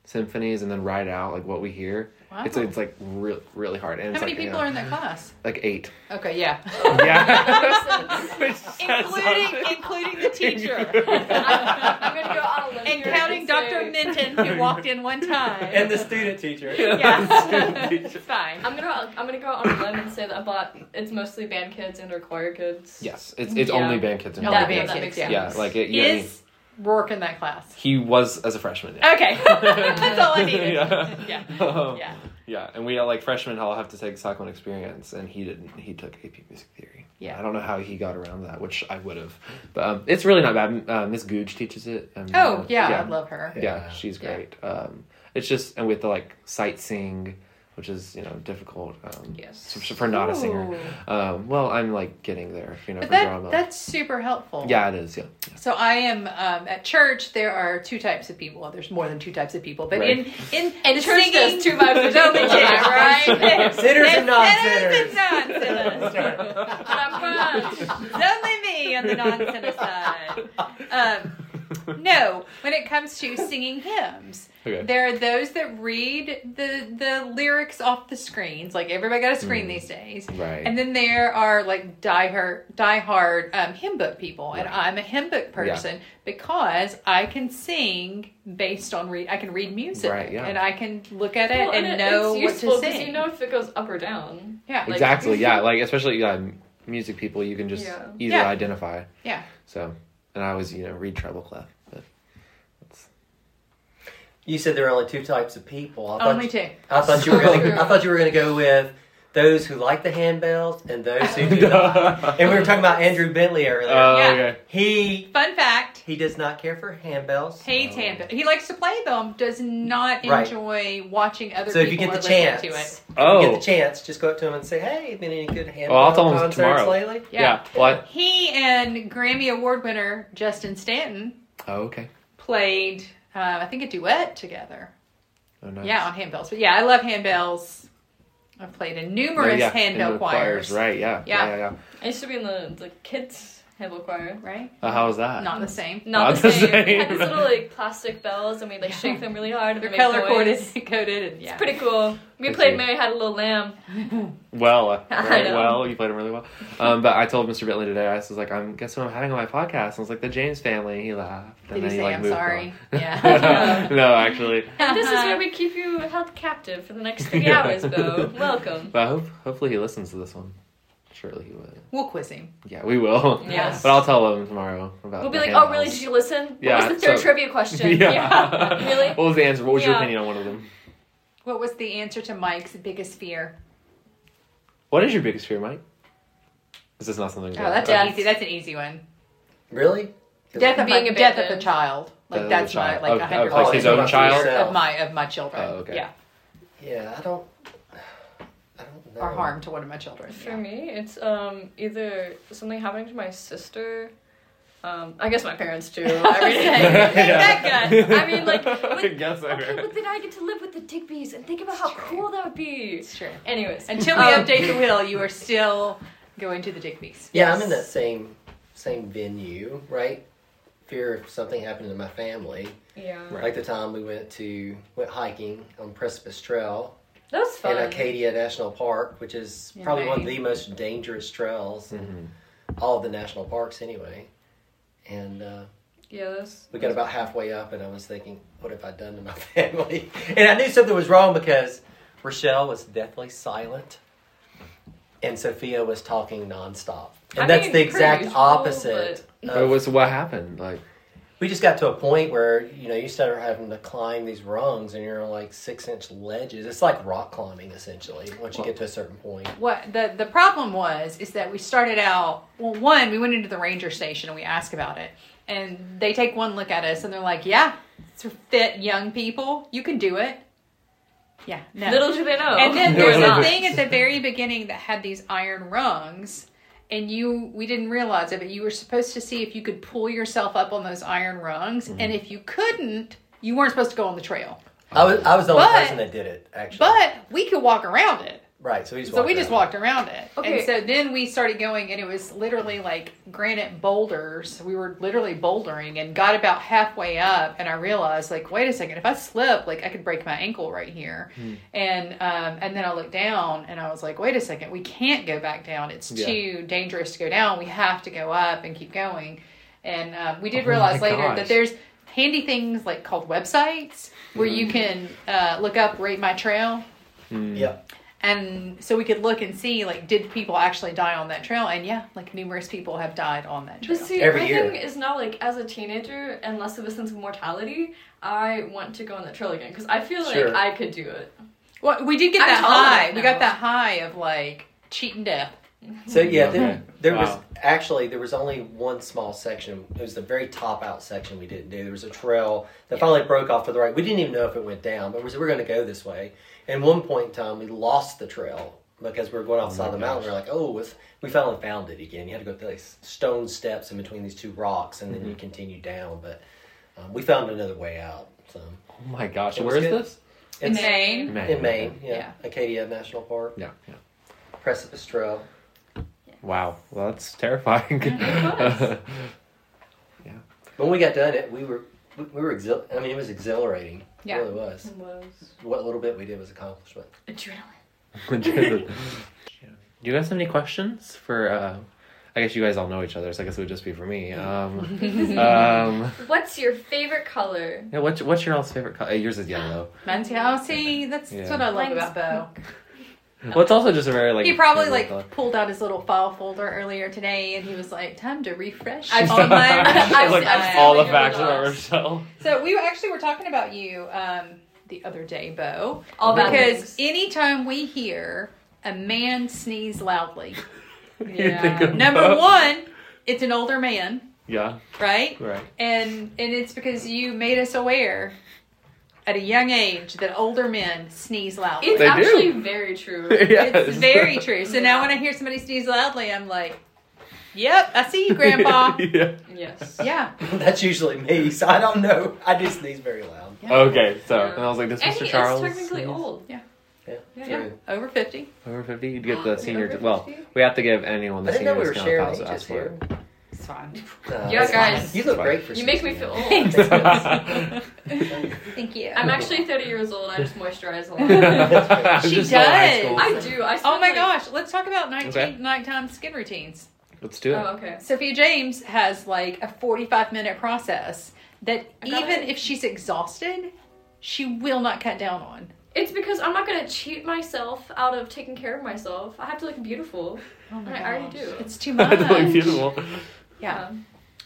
[SPEAKER 2] symphonies and then write out like what we hear.
[SPEAKER 3] Wow.
[SPEAKER 2] It's it's like real really hard. And
[SPEAKER 3] Oh. How
[SPEAKER 2] it's
[SPEAKER 3] many
[SPEAKER 2] like, you
[SPEAKER 3] people
[SPEAKER 2] know,
[SPEAKER 3] are in that class?
[SPEAKER 2] like 8.
[SPEAKER 3] Okay, yeah.
[SPEAKER 2] yeah. Which says
[SPEAKER 3] including
[SPEAKER 2] something.
[SPEAKER 3] including the teacher.
[SPEAKER 1] I'm, I'm gonna go on a limb
[SPEAKER 3] and
[SPEAKER 1] here
[SPEAKER 3] counting
[SPEAKER 1] and say-
[SPEAKER 3] Dr. Minton who walked in one time.
[SPEAKER 4] the student teacher.
[SPEAKER 3] yeah. it's fine.
[SPEAKER 1] I'm gonna I'm gonna go out on a limb and say that I bought it's mostly band kids and or choir kids.
[SPEAKER 2] Yes, it's it's
[SPEAKER 1] Yeah.
[SPEAKER 2] only band kids and
[SPEAKER 3] Only
[SPEAKER 2] choir
[SPEAKER 1] That,
[SPEAKER 3] band
[SPEAKER 1] yeah, that
[SPEAKER 2] kids.
[SPEAKER 3] kids,
[SPEAKER 1] makes
[SPEAKER 3] yeah.
[SPEAKER 1] sense.
[SPEAKER 2] Yeah, like it, yeah, I mean,
[SPEAKER 3] Is Rourke in that class?
[SPEAKER 2] he was as a freshman. yeah.
[SPEAKER 3] Okay. That's all Oh, I needed.
[SPEAKER 2] yeah.
[SPEAKER 3] Yeah.
[SPEAKER 2] Um,
[SPEAKER 3] Yeah.
[SPEAKER 2] yeah, and we uh, like freshmen all have to take Sockman experience, and he didn't. He took AP Music Theory.
[SPEAKER 3] Yeah.
[SPEAKER 2] I don't know how he got around that, which I would have. But um, it's really not bad. Uh, Miss Googe teaches it. Um,
[SPEAKER 3] Oh,
[SPEAKER 2] uh,
[SPEAKER 3] yeah,
[SPEAKER 2] yeah,
[SPEAKER 3] I love her.
[SPEAKER 2] yeah,
[SPEAKER 4] Yeah.
[SPEAKER 2] she's
[SPEAKER 3] Yeah.
[SPEAKER 2] great. Um, it's just and with the like sightseeing, which is you know difficult. Um,
[SPEAKER 3] Yes.
[SPEAKER 2] for, for not a singer. Um, well, I'm like getting there, you know,
[SPEAKER 3] But
[SPEAKER 2] for
[SPEAKER 3] that
[SPEAKER 2] drama.
[SPEAKER 3] that's super helpful.
[SPEAKER 2] yeah, it is. Yeah,
[SPEAKER 3] So I am um, at church. There are two types of people. Well, there's more than two types of people, but in in
[SPEAKER 1] And
[SPEAKER 3] the
[SPEAKER 1] church
[SPEAKER 3] singing,
[SPEAKER 1] does two vibes of
[SPEAKER 3] only
[SPEAKER 1] people,
[SPEAKER 3] two,
[SPEAKER 1] am I
[SPEAKER 3] right?
[SPEAKER 4] Sinners and
[SPEAKER 3] There's
[SPEAKER 4] non-sinners.
[SPEAKER 3] sinners and non-sinners. It's only me on the non-sinner side. Um, no, when it comes to singing hymns,
[SPEAKER 2] Okay.
[SPEAKER 3] there are those that read the the lyrics off the screens. Like everybody got a
[SPEAKER 4] Mm.
[SPEAKER 3] screen these days.
[SPEAKER 2] Right.
[SPEAKER 3] And then there are like diehard diehard um, hymn book people, and
[SPEAKER 2] Right.
[SPEAKER 3] I'm a hymn book person because I can sing based on read. I can read music,
[SPEAKER 2] Right, yeah.
[SPEAKER 3] and I can look at it
[SPEAKER 1] Well,
[SPEAKER 3] and,
[SPEAKER 1] it- it's
[SPEAKER 3] know what
[SPEAKER 1] useful
[SPEAKER 3] to
[SPEAKER 1] 'cause
[SPEAKER 3] sing.
[SPEAKER 1] You know if it goes up or down.
[SPEAKER 3] yeah,
[SPEAKER 1] Like-
[SPEAKER 2] exactly. Yeah, like especially yeah, m- music people, you can just
[SPEAKER 1] Yeah.
[SPEAKER 2] easily
[SPEAKER 3] Yeah.
[SPEAKER 2] identify.
[SPEAKER 3] yeah.
[SPEAKER 2] So, and I always you know read treble clef, but
[SPEAKER 4] You said there are only two types of people. I thought
[SPEAKER 3] Only two.
[SPEAKER 4] I thought you were
[SPEAKER 1] So true.
[SPEAKER 4] gonna. I thought you were gonna go with those who like the handbells and those who do not. And we were talking about Andrew Bentley earlier.
[SPEAKER 2] Oh,
[SPEAKER 3] Yeah.
[SPEAKER 2] okay.
[SPEAKER 4] he
[SPEAKER 3] Fun fact.
[SPEAKER 4] he does not care for handbells.
[SPEAKER 3] hates handbells. He likes to play them, does not
[SPEAKER 4] Oh. Right.
[SPEAKER 3] enjoy watching other
[SPEAKER 4] So if you
[SPEAKER 3] people
[SPEAKER 4] get the
[SPEAKER 3] or listening
[SPEAKER 4] chance,
[SPEAKER 3] to it.
[SPEAKER 2] Oh,
[SPEAKER 4] you get the chance, just go up to him and say, "Hey, been any good handbell
[SPEAKER 2] Well, I'll tell him
[SPEAKER 4] concerts
[SPEAKER 2] tomorrow.
[SPEAKER 4] lately?"
[SPEAKER 2] yeah.
[SPEAKER 3] Yeah.
[SPEAKER 2] What?
[SPEAKER 3] He and Grammy Award winner Justin Stanton
[SPEAKER 2] Oh, okay.
[SPEAKER 3] played, um, I think, a duet together.
[SPEAKER 2] Oh, nice.
[SPEAKER 3] Yeah, on handbells. But yeah, I love handbells. I've played in
[SPEAKER 2] No,
[SPEAKER 3] numerous
[SPEAKER 2] yeah, in
[SPEAKER 3] handbell
[SPEAKER 2] the
[SPEAKER 3] choirs.
[SPEAKER 2] Right. Yeah. Yeah.
[SPEAKER 3] Yeah.
[SPEAKER 2] Yeah. yeah.
[SPEAKER 1] I used to be in the the kids Halo choir.
[SPEAKER 3] right?
[SPEAKER 2] Uh, how was that?
[SPEAKER 3] Not the same.
[SPEAKER 1] Not,
[SPEAKER 2] Not
[SPEAKER 1] the
[SPEAKER 2] the
[SPEAKER 1] same. We had
[SPEAKER 2] same.
[SPEAKER 1] these little like plastic bells, and we like
[SPEAKER 3] Yeah.
[SPEAKER 1] shake them really hard. and
[SPEAKER 3] They're
[SPEAKER 1] they make
[SPEAKER 3] color
[SPEAKER 1] noise.
[SPEAKER 3] coded, coded, and
[SPEAKER 1] It's
[SPEAKER 3] yeah.
[SPEAKER 1] pretty cool. We
[SPEAKER 2] Pretty
[SPEAKER 1] played
[SPEAKER 2] cool.
[SPEAKER 1] Mary Had a Little Lamb.
[SPEAKER 2] Well, uh,
[SPEAKER 1] I
[SPEAKER 2] very
[SPEAKER 1] know.
[SPEAKER 2] well, you played him really well. Um, but I told Mr. Bentley today, I was like, I'm guess who I'm having on my podcast? And I was like, the James family. He laughed. And
[SPEAKER 3] Did he say,
[SPEAKER 2] like,
[SPEAKER 3] "I'm
[SPEAKER 2] moved
[SPEAKER 3] sorry"?
[SPEAKER 2] on.
[SPEAKER 3] Yeah.
[SPEAKER 2] no, actually.
[SPEAKER 1] And this is where we keep you held captive for the next three
[SPEAKER 2] Yeah.
[SPEAKER 1] hours, Bo. Welcome.
[SPEAKER 2] But I hope, hopefully he listens to this one. Surely he would.
[SPEAKER 3] We'll quiz him.
[SPEAKER 2] Yeah, we will.
[SPEAKER 1] Yes.
[SPEAKER 2] But I'll tell him tomorrow about
[SPEAKER 1] We'll be
[SPEAKER 2] the
[SPEAKER 1] like, oh,
[SPEAKER 2] handhelds.
[SPEAKER 1] really? Did you listen?
[SPEAKER 2] Yeah,
[SPEAKER 1] what was the third
[SPEAKER 2] so-
[SPEAKER 1] trivia question?
[SPEAKER 2] yeah.
[SPEAKER 1] Yeah. really?
[SPEAKER 2] What was the answer? What was your
[SPEAKER 1] Yeah.
[SPEAKER 2] opinion on one of them?
[SPEAKER 3] What was the answer to Mike's biggest fear?
[SPEAKER 2] What is your biggest fear, Mike? This is not something.
[SPEAKER 3] Oh, that's
[SPEAKER 1] Death.
[SPEAKER 3] an easy. That's an easy one.
[SPEAKER 4] Really?
[SPEAKER 3] Death of
[SPEAKER 1] Being
[SPEAKER 3] my, death of
[SPEAKER 1] abandoned.
[SPEAKER 3] the child. Like
[SPEAKER 2] Death of the
[SPEAKER 3] that's my
[SPEAKER 2] child.
[SPEAKER 3] like
[SPEAKER 2] Of-
[SPEAKER 3] a
[SPEAKER 2] of,
[SPEAKER 3] hundred
[SPEAKER 2] like,
[SPEAKER 3] percent
[SPEAKER 2] his own child?
[SPEAKER 3] of my of my children.
[SPEAKER 2] Oh, okay.
[SPEAKER 3] Yeah,
[SPEAKER 4] Yeah, I don't. I don't know.
[SPEAKER 3] or harm to one of my children.
[SPEAKER 1] For
[SPEAKER 3] Yeah.
[SPEAKER 1] me, it's um either something happening to my sister. Um, I guess my parents too. I mean, hey, that guy. I mean, like,
[SPEAKER 2] I
[SPEAKER 1] when,
[SPEAKER 2] guess I
[SPEAKER 1] okay,
[SPEAKER 2] heard.
[SPEAKER 1] but then I get to live with the Digbys and think about how cool that would be.
[SPEAKER 3] It's true.
[SPEAKER 1] Anyways,
[SPEAKER 3] Until we
[SPEAKER 1] um,
[SPEAKER 3] update the will, you are still going to the Digby's.
[SPEAKER 4] Yeah, I'm in that same same venue, right? Fear of something happening to my family.
[SPEAKER 1] Yeah,
[SPEAKER 2] Right.
[SPEAKER 4] Like the time we went to went hiking on Precipice Trail
[SPEAKER 1] that was fun.
[SPEAKER 4] in Acadia National Park, which is
[SPEAKER 3] Yeah,
[SPEAKER 4] probably one of
[SPEAKER 3] right.
[SPEAKER 4] the most dangerous trails in all of the national parks, anyway. And uh,
[SPEAKER 1] Yeah, that was,
[SPEAKER 4] we got about halfway up, and I was thinking, "What have I done to my family?" And I knew something was wrong because Rochelle was deathly silent, and Sophia was talking nonstop. And
[SPEAKER 1] I
[SPEAKER 4] that's
[SPEAKER 1] mean,
[SPEAKER 4] the
[SPEAKER 1] pretty
[SPEAKER 4] exact
[SPEAKER 1] usual,
[SPEAKER 4] opposite.
[SPEAKER 2] But what's what happened? Like,
[SPEAKER 4] We just got to a point where you know you start having to climb these rungs, and you're on like six inch ledges. It's like rock climbing essentially. Once you get to a certain point,
[SPEAKER 3] What the the problem was is that we started out well. One, we went into the ranger station and we asked about it, and they take one look at us and they're like, "Yeah, it's for fit young people. You can do it." Yeah, no.
[SPEAKER 1] Little do they know.
[SPEAKER 3] And then
[SPEAKER 1] they're
[SPEAKER 3] there's a
[SPEAKER 1] not.
[SPEAKER 3] thing at the very beginning that had these iron rungs, and you we didn't realize it, but you were supposed to see if you could pull yourself up on those iron rungs, and if you couldn't, you weren't supposed to go on the trail.
[SPEAKER 4] I was I was the only
[SPEAKER 3] But-
[SPEAKER 4] person that did it actually.
[SPEAKER 3] But we could walk around it.
[SPEAKER 4] right, so we just
[SPEAKER 3] So we
[SPEAKER 4] walked
[SPEAKER 3] just
[SPEAKER 4] around.
[SPEAKER 3] walked around it.
[SPEAKER 1] Okay.
[SPEAKER 3] And so then we started going, and it was literally like granite boulders. We were literally bouldering and got about halfway up. And I realized, like, wait a second, if I slip, like, I could break my ankle right here. And um, and then I looked down and I was like, wait a second, we can't go back down. It's
[SPEAKER 2] Yeah.
[SPEAKER 3] too dangerous to go down. We have to go up and keep going. And um, we did
[SPEAKER 2] Oh my
[SPEAKER 3] realize later
[SPEAKER 2] gosh.
[SPEAKER 3] that there's handy things like called websites where you can uh, look up rate my trail
[SPEAKER 4] Yeah.
[SPEAKER 3] and so we could look and see like did people actually die on that trail and yeah like numerous people have died on that trail
[SPEAKER 1] But see,
[SPEAKER 4] Every
[SPEAKER 1] my
[SPEAKER 4] year.
[SPEAKER 1] thing is now like as a teenager and less of a sense of mortality, I want to go on that trail again because I feel like
[SPEAKER 4] Sure.
[SPEAKER 1] I could do it.
[SPEAKER 3] well we did get
[SPEAKER 1] I'm
[SPEAKER 3] that
[SPEAKER 1] taller
[SPEAKER 3] high we
[SPEAKER 1] now.
[SPEAKER 3] got that high of like cheating death
[SPEAKER 4] So yeah,
[SPEAKER 2] Okay.
[SPEAKER 4] there, there was
[SPEAKER 2] Wow.
[SPEAKER 4] actually there was only one small section. It was the very top out section we didn't do. There was a trail that finally broke off to the right. We didn't even know if it went down, but we said we're going to go this way. And one point in time, we lost the trail because we were going outside the mountain. We We're like, oh, with, we finally found it again. You had to go through these stone steps in between these two rocks, and then you continue down. But um, we found another way out. So
[SPEAKER 2] oh my gosh,
[SPEAKER 4] It
[SPEAKER 2] where is
[SPEAKER 4] was good.
[SPEAKER 2] this?
[SPEAKER 4] it's
[SPEAKER 3] Maine.
[SPEAKER 2] Maine.
[SPEAKER 4] in Maine, yeah,
[SPEAKER 3] Yeah.
[SPEAKER 4] Acadia National Park,
[SPEAKER 2] Yeah, yeah.
[SPEAKER 4] Precipice Trail.
[SPEAKER 2] Wow, well, that's terrifying.
[SPEAKER 1] was.
[SPEAKER 4] When we got done, it we were we we were exil- I mean, it was exhilarating.
[SPEAKER 3] Yeah.
[SPEAKER 4] It really was.
[SPEAKER 1] Was
[SPEAKER 4] What little bit we did was accomplishment.
[SPEAKER 1] adrenaline.
[SPEAKER 2] Do you guys have any questions for? Uh, I guess you guys all know each other, so I guess it would just be for me. Um, um,
[SPEAKER 1] What's your favorite color?
[SPEAKER 2] yeah, what's what's your all's favorite color? Yours is yellow.
[SPEAKER 3] Man's yeah, oh, see that's
[SPEAKER 2] Yeah.
[SPEAKER 3] what i love
[SPEAKER 1] Mine's
[SPEAKER 3] about bo
[SPEAKER 2] Well, it's also just a very like
[SPEAKER 3] he probably
[SPEAKER 2] neutral
[SPEAKER 3] like
[SPEAKER 2] color.
[SPEAKER 3] pulled out his little file folder earlier today and he was like time to refresh
[SPEAKER 1] I've-
[SPEAKER 3] on my
[SPEAKER 1] I've-
[SPEAKER 2] like
[SPEAKER 1] I've
[SPEAKER 2] all
[SPEAKER 1] seen
[SPEAKER 2] the
[SPEAKER 1] your
[SPEAKER 2] facts about
[SPEAKER 1] results.
[SPEAKER 2] Rochelle.
[SPEAKER 3] So we actually were talking about you um, the other day, Bo.
[SPEAKER 1] All bad
[SPEAKER 3] because
[SPEAKER 1] things.
[SPEAKER 3] anytime we hear a man sneeze loudly,
[SPEAKER 2] You think of
[SPEAKER 3] number
[SPEAKER 2] both.
[SPEAKER 3] one, it's an older man,
[SPEAKER 2] Yeah,
[SPEAKER 3] right?
[SPEAKER 2] right.
[SPEAKER 3] And and it's because you made us aware at a young age that older men sneeze loudly.
[SPEAKER 1] It's
[SPEAKER 2] They do.
[SPEAKER 1] actually very true.
[SPEAKER 3] It's very true. So now when I hear somebody sneeze loudly, I'm like, "Yep, I see you, Grandpa."
[SPEAKER 2] yeah.
[SPEAKER 1] yes.
[SPEAKER 3] yeah.
[SPEAKER 4] That's usually me, so I don't know. I just sneeze very loud.
[SPEAKER 2] Okay, so
[SPEAKER 1] Yeah.
[SPEAKER 2] and I was like, this
[SPEAKER 1] And
[SPEAKER 2] Mr.
[SPEAKER 1] he
[SPEAKER 2] Charles.
[SPEAKER 1] is technically old.
[SPEAKER 4] Yeah.
[SPEAKER 1] Yeah.
[SPEAKER 3] Yeah,
[SPEAKER 4] True.
[SPEAKER 3] over fifty.
[SPEAKER 2] Over fifty, you'd get the
[SPEAKER 1] Is he
[SPEAKER 2] senior.
[SPEAKER 1] over
[SPEAKER 2] well,
[SPEAKER 1] 50?
[SPEAKER 2] we have to give anyone
[SPEAKER 4] I
[SPEAKER 2] the
[SPEAKER 4] didn't know
[SPEAKER 2] senior
[SPEAKER 4] we were
[SPEAKER 2] discount
[SPEAKER 4] sharing
[SPEAKER 2] files
[SPEAKER 4] ages
[SPEAKER 2] ask for.
[SPEAKER 4] here.
[SPEAKER 2] it.
[SPEAKER 3] It's fine.
[SPEAKER 4] No,
[SPEAKER 1] Yeah,
[SPEAKER 4] it's
[SPEAKER 1] guys.
[SPEAKER 4] fine. You look
[SPEAKER 2] Fine.
[SPEAKER 4] great for
[SPEAKER 1] You make me
[SPEAKER 4] 16.
[SPEAKER 1] feel
[SPEAKER 3] Thanks.
[SPEAKER 1] old.
[SPEAKER 3] Thank you.
[SPEAKER 1] I'm actually 30 years old. I just moisturize a lot.
[SPEAKER 3] She
[SPEAKER 2] Just all high
[SPEAKER 3] does.
[SPEAKER 2] school.
[SPEAKER 1] I do. I
[SPEAKER 3] oh
[SPEAKER 1] spend,
[SPEAKER 3] my
[SPEAKER 1] like-
[SPEAKER 3] gosh, let's talk about 19
[SPEAKER 2] Okay.
[SPEAKER 3] nighttime skin routines.
[SPEAKER 2] Let's do it.
[SPEAKER 1] Oh, okay.
[SPEAKER 3] Sophia James has like a 45 minute process that
[SPEAKER 1] I got
[SPEAKER 3] even
[SPEAKER 1] it.
[SPEAKER 3] if she's exhausted, she will not cut down on.
[SPEAKER 1] It's because I'm not gonna cheat myself out of taking care of myself. I have to look beautiful.
[SPEAKER 3] Oh
[SPEAKER 1] my I already gosh. do.
[SPEAKER 3] It's too
[SPEAKER 2] I
[SPEAKER 3] much.
[SPEAKER 2] had to look beautiful.
[SPEAKER 3] Yeah.
[SPEAKER 1] Um,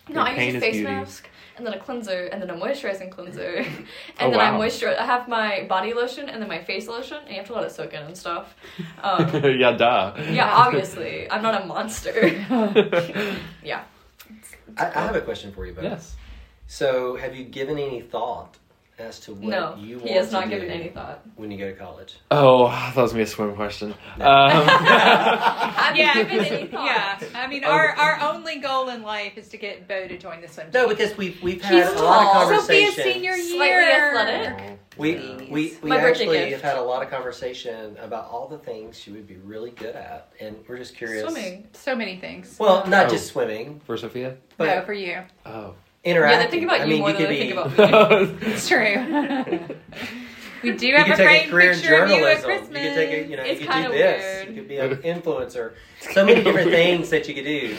[SPEAKER 2] Your
[SPEAKER 1] no, I
[SPEAKER 2] pain
[SPEAKER 1] use a
[SPEAKER 2] is
[SPEAKER 1] face
[SPEAKER 2] beauty.
[SPEAKER 1] mask and then a cleanser and then a moisturizing cleanser, and
[SPEAKER 2] Oh,
[SPEAKER 1] then
[SPEAKER 2] wow.
[SPEAKER 1] I moisturize. I have my body lotion and then my face lotion, and you have to let it soak in and stuff. Um,
[SPEAKER 2] Oh. yeah, duh.
[SPEAKER 1] yeah, obviously, I'm not a monster. yeah.
[SPEAKER 4] I, I have a question for you, both.
[SPEAKER 2] yes.
[SPEAKER 4] So, have you given any thought as to what
[SPEAKER 1] No,
[SPEAKER 4] you want
[SPEAKER 1] he has
[SPEAKER 4] to
[SPEAKER 1] not
[SPEAKER 4] do
[SPEAKER 1] given any thought.
[SPEAKER 4] when you go to college? Uh,
[SPEAKER 2] Oh, that was gonna be a swim question. Um,
[SPEAKER 1] Have you
[SPEAKER 3] Yeah,
[SPEAKER 1] given any thought?
[SPEAKER 3] yeah. I mean, our, our only goal in life is to get Bo to join the swim team.
[SPEAKER 4] No, because we've we've had
[SPEAKER 3] He's
[SPEAKER 4] a lot
[SPEAKER 1] tall.
[SPEAKER 4] of
[SPEAKER 3] Sophia's
[SPEAKER 4] conversations.
[SPEAKER 3] senior year.
[SPEAKER 1] Slightly athletic.
[SPEAKER 4] We
[SPEAKER 3] Jeez.
[SPEAKER 4] we, we
[SPEAKER 1] My birthday
[SPEAKER 4] actually
[SPEAKER 1] gift.
[SPEAKER 4] have had a lot of conversation about all the things she would be really good at, and we're just curious.
[SPEAKER 1] Swimming.
[SPEAKER 3] So many things.
[SPEAKER 4] Well, not
[SPEAKER 2] Oh.
[SPEAKER 4] just swimming,
[SPEAKER 2] for Sophia.
[SPEAKER 4] but
[SPEAKER 3] Bo, for you.
[SPEAKER 2] Oh.
[SPEAKER 4] interacting.
[SPEAKER 1] Yeah, they think about
[SPEAKER 4] I
[SPEAKER 1] you
[SPEAKER 4] mean,
[SPEAKER 1] more
[SPEAKER 4] you
[SPEAKER 1] than
[SPEAKER 4] could
[SPEAKER 1] they
[SPEAKER 4] be,
[SPEAKER 1] think about me.
[SPEAKER 2] That's
[SPEAKER 3] It's true. we do
[SPEAKER 4] You
[SPEAKER 3] have a
[SPEAKER 4] could
[SPEAKER 3] framed
[SPEAKER 4] take a career in
[SPEAKER 3] picture of you
[SPEAKER 4] journalism.
[SPEAKER 3] at
[SPEAKER 4] You could
[SPEAKER 3] Christmas.
[SPEAKER 4] take a, you know,
[SPEAKER 1] It's
[SPEAKER 4] you could
[SPEAKER 1] kinda
[SPEAKER 4] do this.
[SPEAKER 1] weird.
[SPEAKER 4] You could be an influencer. So many different things that you could do.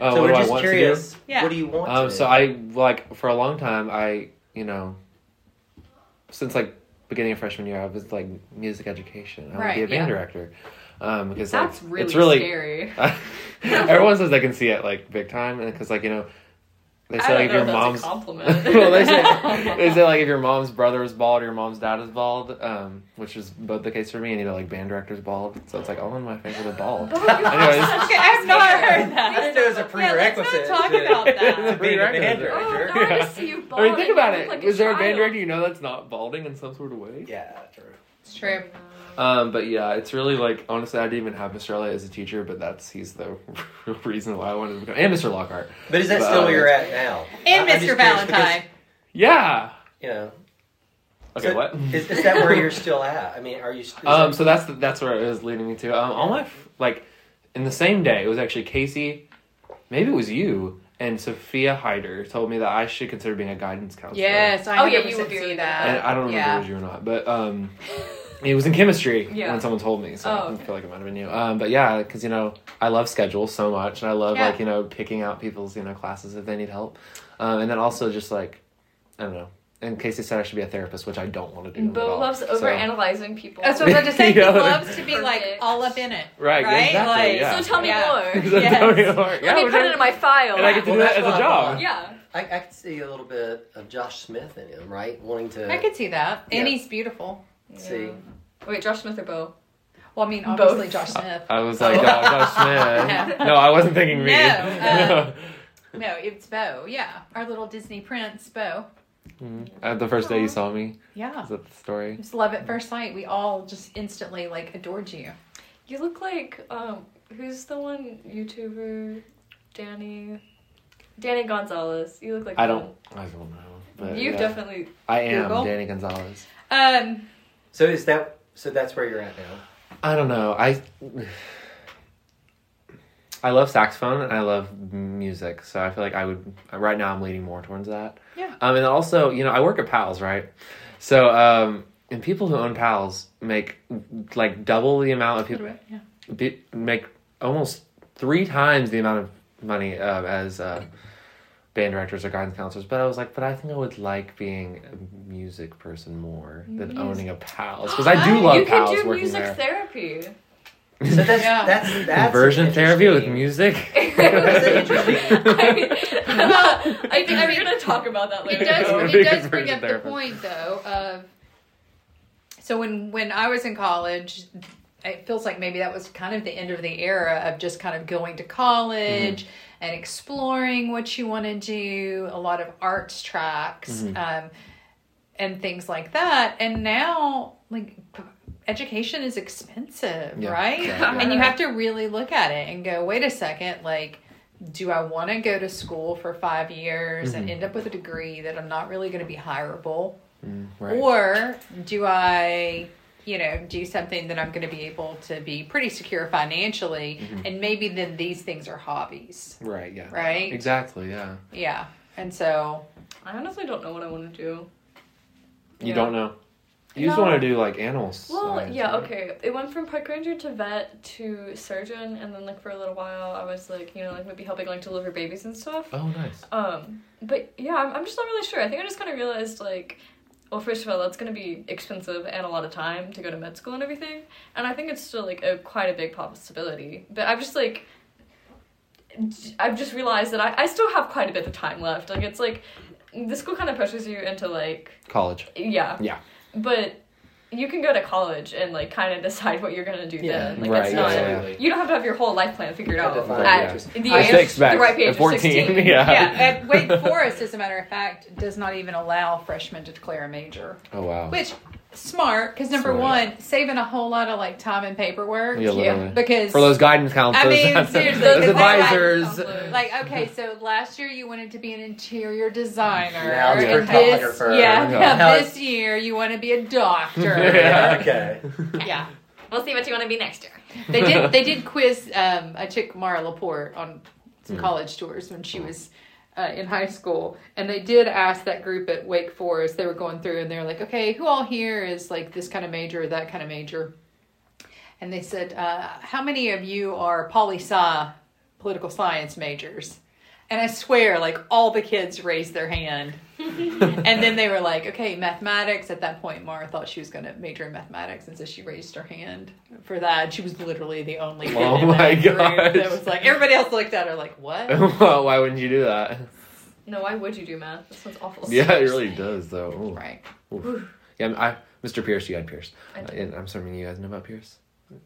[SPEAKER 2] Oh,
[SPEAKER 4] so
[SPEAKER 2] what
[SPEAKER 4] we're
[SPEAKER 2] do I
[SPEAKER 4] just
[SPEAKER 2] want
[SPEAKER 4] curious.
[SPEAKER 3] Yeah.
[SPEAKER 4] What do you
[SPEAKER 2] to
[SPEAKER 4] want?
[SPEAKER 2] do? Um,
[SPEAKER 4] to
[SPEAKER 2] so
[SPEAKER 4] do?
[SPEAKER 2] I like for a long time. I you know, since like beginning of freshman year, I was like music education. I want to be
[SPEAKER 3] Right,
[SPEAKER 2] a band
[SPEAKER 3] yeah.
[SPEAKER 2] director. Um, because like,
[SPEAKER 1] That's really,
[SPEAKER 2] it's really
[SPEAKER 1] scary.
[SPEAKER 2] everyone says they can see it like big time, and because like you know, they
[SPEAKER 1] I
[SPEAKER 2] say
[SPEAKER 1] don't
[SPEAKER 2] like if
[SPEAKER 1] know
[SPEAKER 2] your
[SPEAKER 1] if that's
[SPEAKER 2] mom's
[SPEAKER 1] a compliment.
[SPEAKER 2] well, they say, they say like if your mom's brother is bald or your mom's dad is bald, um, which is both the case for me, and you know like band director's bald, so it's like all in my face are
[SPEAKER 1] Oh,
[SPEAKER 2] bald. Anyways.
[SPEAKER 3] Okay, I have not heard that.
[SPEAKER 4] I didn't know it was a
[SPEAKER 3] Yeah, let's
[SPEAKER 4] prerequisite.
[SPEAKER 3] not talk
[SPEAKER 4] to-
[SPEAKER 3] about that.
[SPEAKER 4] to being a band
[SPEAKER 2] Prerequisite.
[SPEAKER 1] oh,
[SPEAKER 4] director.
[SPEAKER 1] now I
[SPEAKER 2] Yeah.
[SPEAKER 1] just see you bald.
[SPEAKER 2] I mean, think
[SPEAKER 1] and
[SPEAKER 2] about
[SPEAKER 1] you
[SPEAKER 2] it.
[SPEAKER 1] look like a
[SPEAKER 2] Is there a band
[SPEAKER 1] child.
[SPEAKER 2] director you know that's not balding in some sort of way?
[SPEAKER 4] Yeah, true.
[SPEAKER 3] It's true.
[SPEAKER 2] Um, but yeah, it's really like honestly, I didn't even have Mr. Elliott as a teacher, but that's he's the real reason why I wanted to become and Mr. Lockhart.
[SPEAKER 4] But is that
[SPEAKER 2] But,
[SPEAKER 4] still where
[SPEAKER 2] um,
[SPEAKER 4] you're at now?
[SPEAKER 3] And
[SPEAKER 4] I- I'm just
[SPEAKER 3] Mr.
[SPEAKER 4] curious
[SPEAKER 3] Valentine.
[SPEAKER 2] Yeah.
[SPEAKER 4] because, you know,
[SPEAKER 2] Okay,
[SPEAKER 4] so
[SPEAKER 2] what?
[SPEAKER 4] Is, is that where you're still at? I mean, are you? Is
[SPEAKER 2] Um,
[SPEAKER 4] that-
[SPEAKER 2] so that's that's where it was leading me to. Um, all my f- like, in the same day, it was actually Casey, maybe it was you and Sophia Hyder told me that I should consider being a guidance counselor.
[SPEAKER 3] Yes, I
[SPEAKER 1] Oh, yeah,
[SPEAKER 3] 100%
[SPEAKER 1] you would be
[SPEAKER 3] see
[SPEAKER 1] really
[SPEAKER 3] that.
[SPEAKER 2] And I don't remember
[SPEAKER 3] yeah.
[SPEAKER 2] if it was you or not, but um, it was in chemistry
[SPEAKER 1] Yeah.
[SPEAKER 2] when someone told me, so
[SPEAKER 1] Oh,
[SPEAKER 2] I
[SPEAKER 1] okay.
[SPEAKER 2] feel like it might have been you. Um, but yeah, because you know I love schedules so much, and I love
[SPEAKER 3] Yeah.
[SPEAKER 2] like you know picking out people's you know classes if they need help, um, and then also just like I don't know. And Casey said I should be a therapist, which I don't want to do. at
[SPEAKER 1] Bo
[SPEAKER 2] all.
[SPEAKER 1] loves
[SPEAKER 2] So-
[SPEAKER 1] overanalyzing people.
[SPEAKER 3] That's what I was about to say. He
[SPEAKER 2] Yeah.
[SPEAKER 3] loves to be like
[SPEAKER 1] Perfect.
[SPEAKER 3] all up in it.
[SPEAKER 2] Right, exactly,
[SPEAKER 3] Like,
[SPEAKER 2] yeah.
[SPEAKER 1] So tell me
[SPEAKER 3] Yeah.
[SPEAKER 1] more.
[SPEAKER 2] So
[SPEAKER 3] Yes.
[SPEAKER 2] don't you worry.
[SPEAKER 1] Let
[SPEAKER 2] Yeah,
[SPEAKER 1] me
[SPEAKER 2] which
[SPEAKER 1] put
[SPEAKER 2] I-
[SPEAKER 1] it in my file.
[SPEAKER 2] and I get to
[SPEAKER 4] Well,
[SPEAKER 2] do that
[SPEAKER 4] that's
[SPEAKER 2] as
[SPEAKER 4] what
[SPEAKER 2] a
[SPEAKER 4] I
[SPEAKER 2] job.
[SPEAKER 4] want.
[SPEAKER 1] yeah.
[SPEAKER 4] I, I could see a little bit of Josh Smith in him, right? Wanting to
[SPEAKER 3] I could see that. And
[SPEAKER 4] Yeah.
[SPEAKER 3] he's beautiful.
[SPEAKER 4] see.
[SPEAKER 1] Wait, Josh Smith or Bo?
[SPEAKER 3] Well, I mean,
[SPEAKER 1] Both.
[SPEAKER 3] obviously Josh Smith.
[SPEAKER 2] I was like, oh, Josh Smith. No, I wasn't thinking me.
[SPEAKER 3] No, uh, No, it's Bo. Yeah. Our little Disney prince, Bo.
[SPEAKER 2] Mhm. Uh, the first day you saw me,
[SPEAKER 3] Yeah.
[SPEAKER 2] is that the story?
[SPEAKER 3] It's love at first sight. We all just instantly like adored you.
[SPEAKER 1] You look like um who's the one YouTuber Danny Danny Gonzalez. You look like
[SPEAKER 2] I
[SPEAKER 1] him.
[SPEAKER 2] don't. I don't know. But
[SPEAKER 1] You've
[SPEAKER 2] yeah.
[SPEAKER 1] definitely
[SPEAKER 2] I am
[SPEAKER 3] Google.
[SPEAKER 2] Danny Gonzalez.
[SPEAKER 3] Um,
[SPEAKER 4] So is that? So that's where you're at now.
[SPEAKER 2] I don't know. I I love saxophone and I love music, so I feel like I would right now I'm leaning more towards that.
[SPEAKER 3] Yeah.
[SPEAKER 2] Um, and also, you know, I work at Pals, right? So, um, and people who own Pals make like double the amount of people
[SPEAKER 3] yeah.
[SPEAKER 2] be, make almost three times the amount of money um, as uh, band directors or guidance counselors. But I was like, but I think I would like being a music person more than
[SPEAKER 1] Music.
[SPEAKER 2] owning a Pals because I do love
[SPEAKER 1] You
[SPEAKER 2] Pals
[SPEAKER 1] could do
[SPEAKER 2] working
[SPEAKER 1] music
[SPEAKER 2] there.
[SPEAKER 1] therapy.
[SPEAKER 4] So that's
[SPEAKER 3] Yeah.
[SPEAKER 4] that's that's
[SPEAKER 2] Conversion therapy with
[SPEAKER 4] interesting-
[SPEAKER 2] music.
[SPEAKER 4] That's
[SPEAKER 1] I,
[SPEAKER 4] interesting.
[SPEAKER 1] I think we're gonna talk about that
[SPEAKER 3] it
[SPEAKER 1] later.
[SPEAKER 2] That would
[SPEAKER 3] does
[SPEAKER 2] be
[SPEAKER 3] it
[SPEAKER 2] a
[SPEAKER 3] does
[SPEAKER 2] good
[SPEAKER 3] bring
[SPEAKER 2] version
[SPEAKER 3] up the
[SPEAKER 2] therapist.
[SPEAKER 3] point though of so when when I was in college it feels like maybe that was kind of the end of the era of just kind of going to college
[SPEAKER 2] Mm-hmm.
[SPEAKER 3] and exploring what you want to do a lot of arts tracks
[SPEAKER 2] Mm-hmm.
[SPEAKER 3] um, and things like that and now like p- education is expensive
[SPEAKER 2] Yeah.
[SPEAKER 3] right
[SPEAKER 2] Yeah, yeah.
[SPEAKER 3] and you have to really look at it and go wait a second like do I want to go to school for five years
[SPEAKER 2] Mm-hmm.
[SPEAKER 3] and end up with a
[SPEAKER 2] Mm,
[SPEAKER 3] degree that I'm not really going to be hireable?
[SPEAKER 2] Right.
[SPEAKER 3] Or do I you know, do something that I'm going to be able to be pretty secure financially,
[SPEAKER 2] Mm-hmm.
[SPEAKER 3] and maybe then these things are hobbies,
[SPEAKER 2] Right. Yeah.
[SPEAKER 3] right?
[SPEAKER 2] Exactly. Yeah.
[SPEAKER 3] Yeah, and so
[SPEAKER 1] I honestly don't know what I want to do.
[SPEAKER 2] You
[SPEAKER 3] Yeah.
[SPEAKER 2] don't know. You just
[SPEAKER 1] No.
[SPEAKER 2] want to do like animals.
[SPEAKER 1] Well, yeah, okay. It went from park ranger to vet to surgeon, and then like for a little while, I was like, you know, like maybe helping like deliver babies and stuff.
[SPEAKER 2] Oh, nice.
[SPEAKER 1] Um, but yeah, I'm, I'm just not really sure. I think I just kind of realized like, well, first of all, that's gonna be expensive and a lot of time to go to med school and everything, and I think it's still like a quite a big possibility. But I've just like, j- I've just realized that I, I still have quite a bit of time left. Like it's like, the school kind of pushes you into like,
[SPEAKER 2] College.
[SPEAKER 1] yeah,
[SPEAKER 2] Yeah.
[SPEAKER 1] but you can go to college and like kind of decide what you're gonna do
[SPEAKER 4] Yeah.
[SPEAKER 1] then. Like
[SPEAKER 2] Right,
[SPEAKER 1] it's
[SPEAKER 2] yeah,
[SPEAKER 1] not.
[SPEAKER 2] yeah.
[SPEAKER 1] You don't have to have your whole life plan figured
[SPEAKER 4] Try to
[SPEAKER 1] out
[SPEAKER 4] find
[SPEAKER 1] at
[SPEAKER 2] your-
[SPEAKER 1] the,
[SPEAKER 3] I
[SPEAKER 1] age,
[SPEAKER 3] six
[SPEAKER 1] the right age
[SPEAKER 2] at 14.
[SPEAKER 1] of 16.
[SPEAKER 2] Yeah.
[SPEAKER 3] yeah. At Wake Forest, as a matter of fact, does not even allow freshmen to declare a major,
[SPEAKER 2] Oh wow.
[SPEAKER 3] which smart because number
[SPEAKER 2] Smart.
[SPEAKER 3] one, saving a whole lot of like time and paperwork.
[SPEAKER 2] yeah, literally.
[SPEAKER 3] Because
[SPEAKER 2] For those guidance counselors,
[SPEAKER 3] mean, seriously,
[SPEAKER 2] those
[SPEAKER 3] the guidance
[SPEAKER 2] advisors.
[SPEAKER 1] counselors.
[SPEAKER 3] Like okay, so last year you wanted to be an interior designer.
[SPEAKER 4] Now it's
[SPEAKER 3] and
[SPEAKER 2] for Tumblr
[SPEAKER 3] this,
[SPEAKER 4] for-
[SPEAKER 3] yeah,
[SPEAKER 2] Yeah.
[SPEAKER 3] now
[SPEAKER 4] How it-
[SPEAKER 3] this year you want to be a doctor.
[SPEAKER 2] Yeah.
[SPEAKER 4] Okay.
[SPEAKER 3] yeah,
[SPEAKER 1] We'll see what you want to be next year.
[SPEAKER 3] they did. They did quiz um, a chick Mara Laporte on
[SPEAKER 2] Hmm.
[SPEAKER 3] some college tours when she was uh, in high school, and they did ask that group at Wake Forest. They were going through, and they were like, "Okay, who all here is like this kind of major or that kind of major?" And they said, uh, "How many of you are poli sci, political science majors?" And I swear, like all the kids raised their hand. and then they were like, okay, mathematics. At that point, Mara thought she was going to major in mathematics, and so she raised her hand for that. She was literally the only kid
[SPEAKER 2] Oh
[SPEAKER 3] in that
[SPEAKER 2] my
[SPEAKER 3] group
[SPEAKER 2] gosh.
[SPEAKER 3] that was like, everybody else looked at her like, what?
[SPEAKER 2] well, why wouldn't you do that?
[SPEAKER 1] No, why would you do math? That sounds awful.
[SPEAKER 2] Yeah, it really does though. Ooh.
[SPEAKER 3] Right.
[SPEAKER 2] Oof. Yeah, I, Mr. Pierce, you had Pierce.
[SPEAKER 1] I did.
[SPEAKER 2] Uh, and I'm assuming you guys know about Pierce.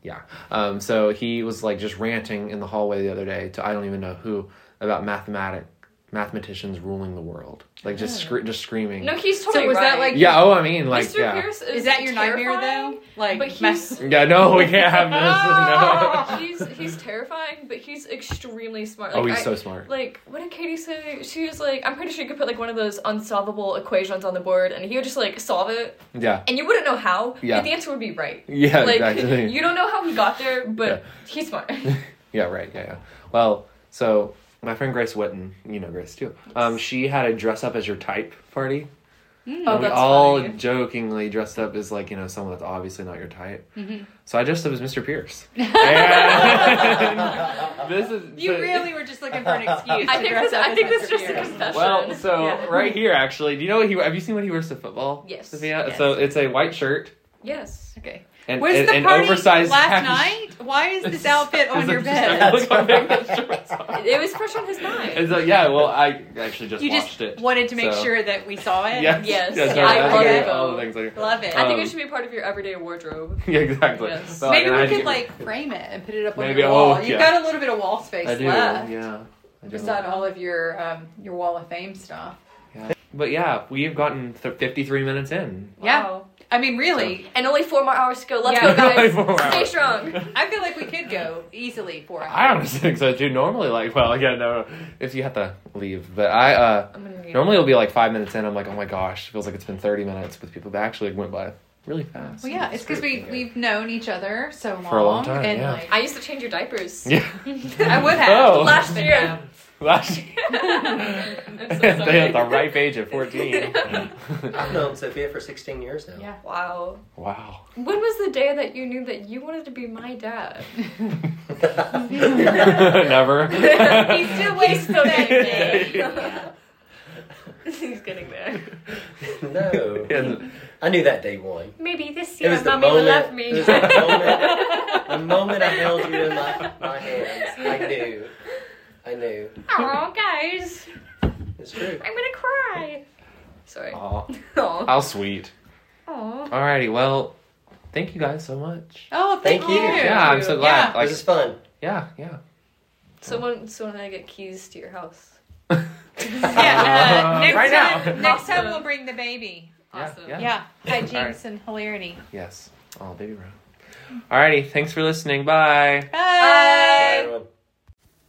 [SPEAKER 2] Yeah. Um, so he was like just ranting in the hallway the other day to I don't even know who about mathematic mathematicians ruling the world. Like just scre- just screaming.
[SPEAKER 1] No, he's totally
[SPEAKER 3] So was that
[SPEAKER 1] right.
[SPEAKER 3] like-
[SPEAKER 2] yeah. Oh, I mean, like
[SPEAKER 1] Mr.
[SPEAKER 2] yeah.
[SPEAKER 1] Pierce is,
[SPEAKER 3] Is that your nightmare
[SPEAKER 1] terrifying,
[SPEAKER 3] though? Like,
[SPEAKER 1] but he's
[SPEAKER 2] Yeah. No, we can't have this. No.
[SPEAKER 1] he's he's terrifying, but he's extremely smart. Like,
[SPEAKER 2] Oh, he's
[SPEAKER 1] I-
[SPEAKER 2] so smart.
[SPEAKER 1] like what did Katie say? She was like, I'm pretty sure you could put like one of those unsolvable equations on the board, and he would just like solve it,
[SPEAKER 2] Yeah.
[SPEAKER 1] and you wouldn't know how. but
[SPEAKER 2] Yeah.
[SPEAKER 1] the answer would be right.
[SPEAKER 2] Yeah.
[SPEAKER 1] like
[SPEAKER 2] exactly.
[SPEAKER 1] you don't know how he got there, but
[SPEAKER 2] Yeah.
[SPEAKER 1] he's smart. Mm.
[SPEAKER 2] Yeah, right. Yeah, yeah. Well, so my friend Grace Whitten, you know Grace too. Um, she had a dress up as your type party.
[SPEAKER 3] Mm.
[SPEAKER 1] Oh,
[SPEAKER 2] and we
[SPEAKER 1] that's
[SPEAKER 2] all
[SPEAKER 1] funny.
[SPEAKER 2] jokingly dressed up as like you know someone that's obviously not your type.
[SPEAKER 3] Mm-hmm.
[SPEAKER 2] So I dressed up as Mr. Pierce. And this is
[SPEAKER 3] you
[SPEAKER 2] so-
[SPEAKER 3] really were just looking for an excuse.
[SPEAKER 1] I
[SPEAKER 3] to
[SPEAKER 1] think
[SPEAKER 3] dress
[SPEAKER 1] this,
[SPEAKER 3] up
[SPEAKER 1] I
[SPEAKER 3] as
[SPEAKER 1] think
[SPEAKER 3] Mr.
[SPEAKER 1] this is just a
[SPEAKER 3] Pierce.
[SPEAKER 1] confession.
[SPEAKER 2] Well, so
[SPEAKER 3] Yeah.
[SPEAKER 2] right here actually, do you know what he? Have you seen what he wears to football?
[SPEAKER 1] Yes.
[SPEAKER 2] Sophia?
[SPEAKER 3] Yes.
[SPEAKER 2] So it's a white shirt
[SPEAKER 1] yes.
[SPEAKER 3] Okay.
[SPEAKER 2] and
[SPEAKER 3] Was
[SPEAKER 2] and-
[SPEAKER 3] the
[SPEAKER 2] and
[SPEAKER 3] party
[SPEAKER 2] oversized
[SPEAKER 3] last
[SPEAKER 2] khaki-
[SPEAKER 3] night? Why is this outfit on your
[SPEAKER 2] Just have
[SPEAKER 3] bed?
[SPEAKER 2] a look on my shorts.
[SPEAKER 1] It, it was fresh on his mind.
[SPEAKER 2] And so yeah, well I actually just
[SPEAKER 3] You
[SPEAKER 2] watched
[SPEAKER 3] just
[SPEAKER 2] it.
[SPEAKER 3] wanted to make
[SPEAKER 2] so-
[SPEAKER 3] sure that we saw it.
[SPEAKER 2] Yes.
[SPEAKER 1] Yes.
[SPEAKER 2] yes
[SPEAKER 3] Yeah, I
[SPEAKER 2] I
[SPEAKER 3] love
[SPEAKER 2] agree.
[SPEAKER 3] it.
[SPEAKER 2] All the things like
[SPEAKER 3] Love it.
[SPEAKER 1] I think
[SPEAKER 2] Um,
[SPEAKER 1] it should be part of your everyday wardrobe.
[SPEAKER 2] Yeah, exactly.
[SPEAKER 1] Yes.
[SPEAKER 2] So,
[SPEAKER 3] Maybe
[SPEAKER 2] and I
[SPEAKER 3] we
[SPEAKER 2] had to
[SPEAKER 3] could
[SPEAKER 2] get-
[SPEAKER 3] like frame it and put it up on
[SPEAKER 2] Maybe-
[SPEAKER 3] your wall.
[SPEAKER 2] oh,
[SPEAKER 3] You've
[SPEAKER 2] yeah.
[SPEAKER 3] got a little bit of wall space
[SPEAKER 2] I do.
[SPEAKER 3] left.
[SPEAKER 2] Yeah. I do.
[SPEAKER 3] Beside all of your um, your wall of fame stuff.
[SPEAKER 2] But yeah, we've gotten th- 53 minutes in.
[SPEAKER 3] Yeah.
[SPEAKER 1] Wow.
[SPEAKER 3] I mean, really,
[SPEAKER 1] And only four more hours to go. Let's
[SPEAKER 3] Yeah.
[SPEAKER 1] go, guys.
[SPEAKER 2] Four
[SPEAKER 1] Stay
[SPEAKER 2] hours.
[SPEAKER 1] strong.
[SPEAKER 3] I feel like we could go easily four hours.
[SPEAKER 2] I honestly think so too. Normally, like, well, again, no, if you have to leave, but I uh,
[SPEAKER 1] I'm gonna need
[SPEAKER 2] normally it'll be like five minutes in. I'm like, oh my gosh, feels like it's been 30 minutes with people. But actually, it went by really fast.
[SPEAKER 3] Well, yeah, it's because we
[SPEAKER 2] great.
[SPEAKER 3] we've known each other so long
[SPEAKER 2] For a long time,
[SPEAKER 3] and
[SPEAKER 2] yeah.
[SPEAKER 1] I used to change your diapers.
[SPEAKER 2] Yeah,
[SPEAKER 3] like I would have
[SPEAKER 2] Oh.
[SPEAKER 1] Last
[SPEAKER 3] But
[SPEAKER 1] year.
[SPEAKER 3] no.
[SPEAKER 2] last
[SPEAKER 1] I'm so
[SPEAKER 2] they
[SPEAKER 1] sorry.
[SPEAKER 2] had the ripe age of 14.
[SPEAKER 4] I've known Sophia for 16 years now.
[SPEAKER 3] Yeah.
[SPEAKER 1] Wow.
[SPEAKER 2] wow.
[SPEAKER 1] When was the day that you knew that you wanted to be my dad?
[SPEAKER 2] Never.
[SPEAKER 3] He still waits till that day.
[SPEAKER 1] Yeah. He's getting there.
[SPEAKER 4] no.
[SPEAKER 2] And-
[SPEAKER 4] I knew that day one.
[SPEAKER 1] Maybe this
[SPEAKER 4] It
[SPEAKER 1] year,
[SPEAKER 4] was the
[SPEAKER 1] mommy will love
[SPEAKER 4] moment.
[SPEAKER 1] me.
[SPEAKER 4] It was the moment. The moment I held you in my, my hands, I knew. I knew.
[SPEAKER 1] Aw, guys,
[SPEAKER 4] It's true.
[SPEAKER 1] I'm gonna cry. Sorry.
[SPEAKER 2] Aw,
[SPEAKER 1] Aw.
[SPEAKER 2] how sweet.
[SPEAKER 1] Aw.
[SPEAKER 2] Alrighty, well, thank you guys so much.
[SPEAKER 3] Oh, thank,
[SPEAKER 4] Thank you.
[SPEAKER 3] you.
[SPEAKER 2] Yeah, I'm so glad.
[SPEAKER 3] Yeah.
[SPEAKER 2] Like,
[SPEAKER 4] this is fun.
[SPEAKER 2] yeah, yeah.
[SPEAKER 1] So when, so when I get keys to your house.
[SPEAKER 3] Yeah, uh,
[SPEAKER 2] Uh,
[SPEAKER 3] next
[SPEAKER 2] right now.
[SPEAKER 3] time, next time
[SPEAKER 1] Awesome.
[SPEAKER 3] we'll bring the baby.
[SPEAKER 1] Awesome.
[SPEAKER 2] Yeah.
[SPEAKER 3] Yeah, hijinks
[SPEAKER 2] All right.
[SPEAKER 3] and hilarity.
[SPEAKER 2] Yes. Oh, baby Ron. Alrighty, thanks for listening. Bye.
[SPEAKER 3] Bye.
[SPEAKER 4] everyone.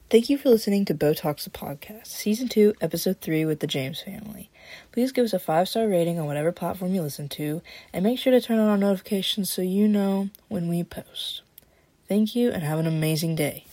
[SPEAKER 5] Thank you for listening to Botox the Podcast, Season 2, Episode 3 with the James family. Please give us a five star rating on whatever platform you listen to, and make sure to turn on our notifications so you know when we post. Thank you and have an amazing day.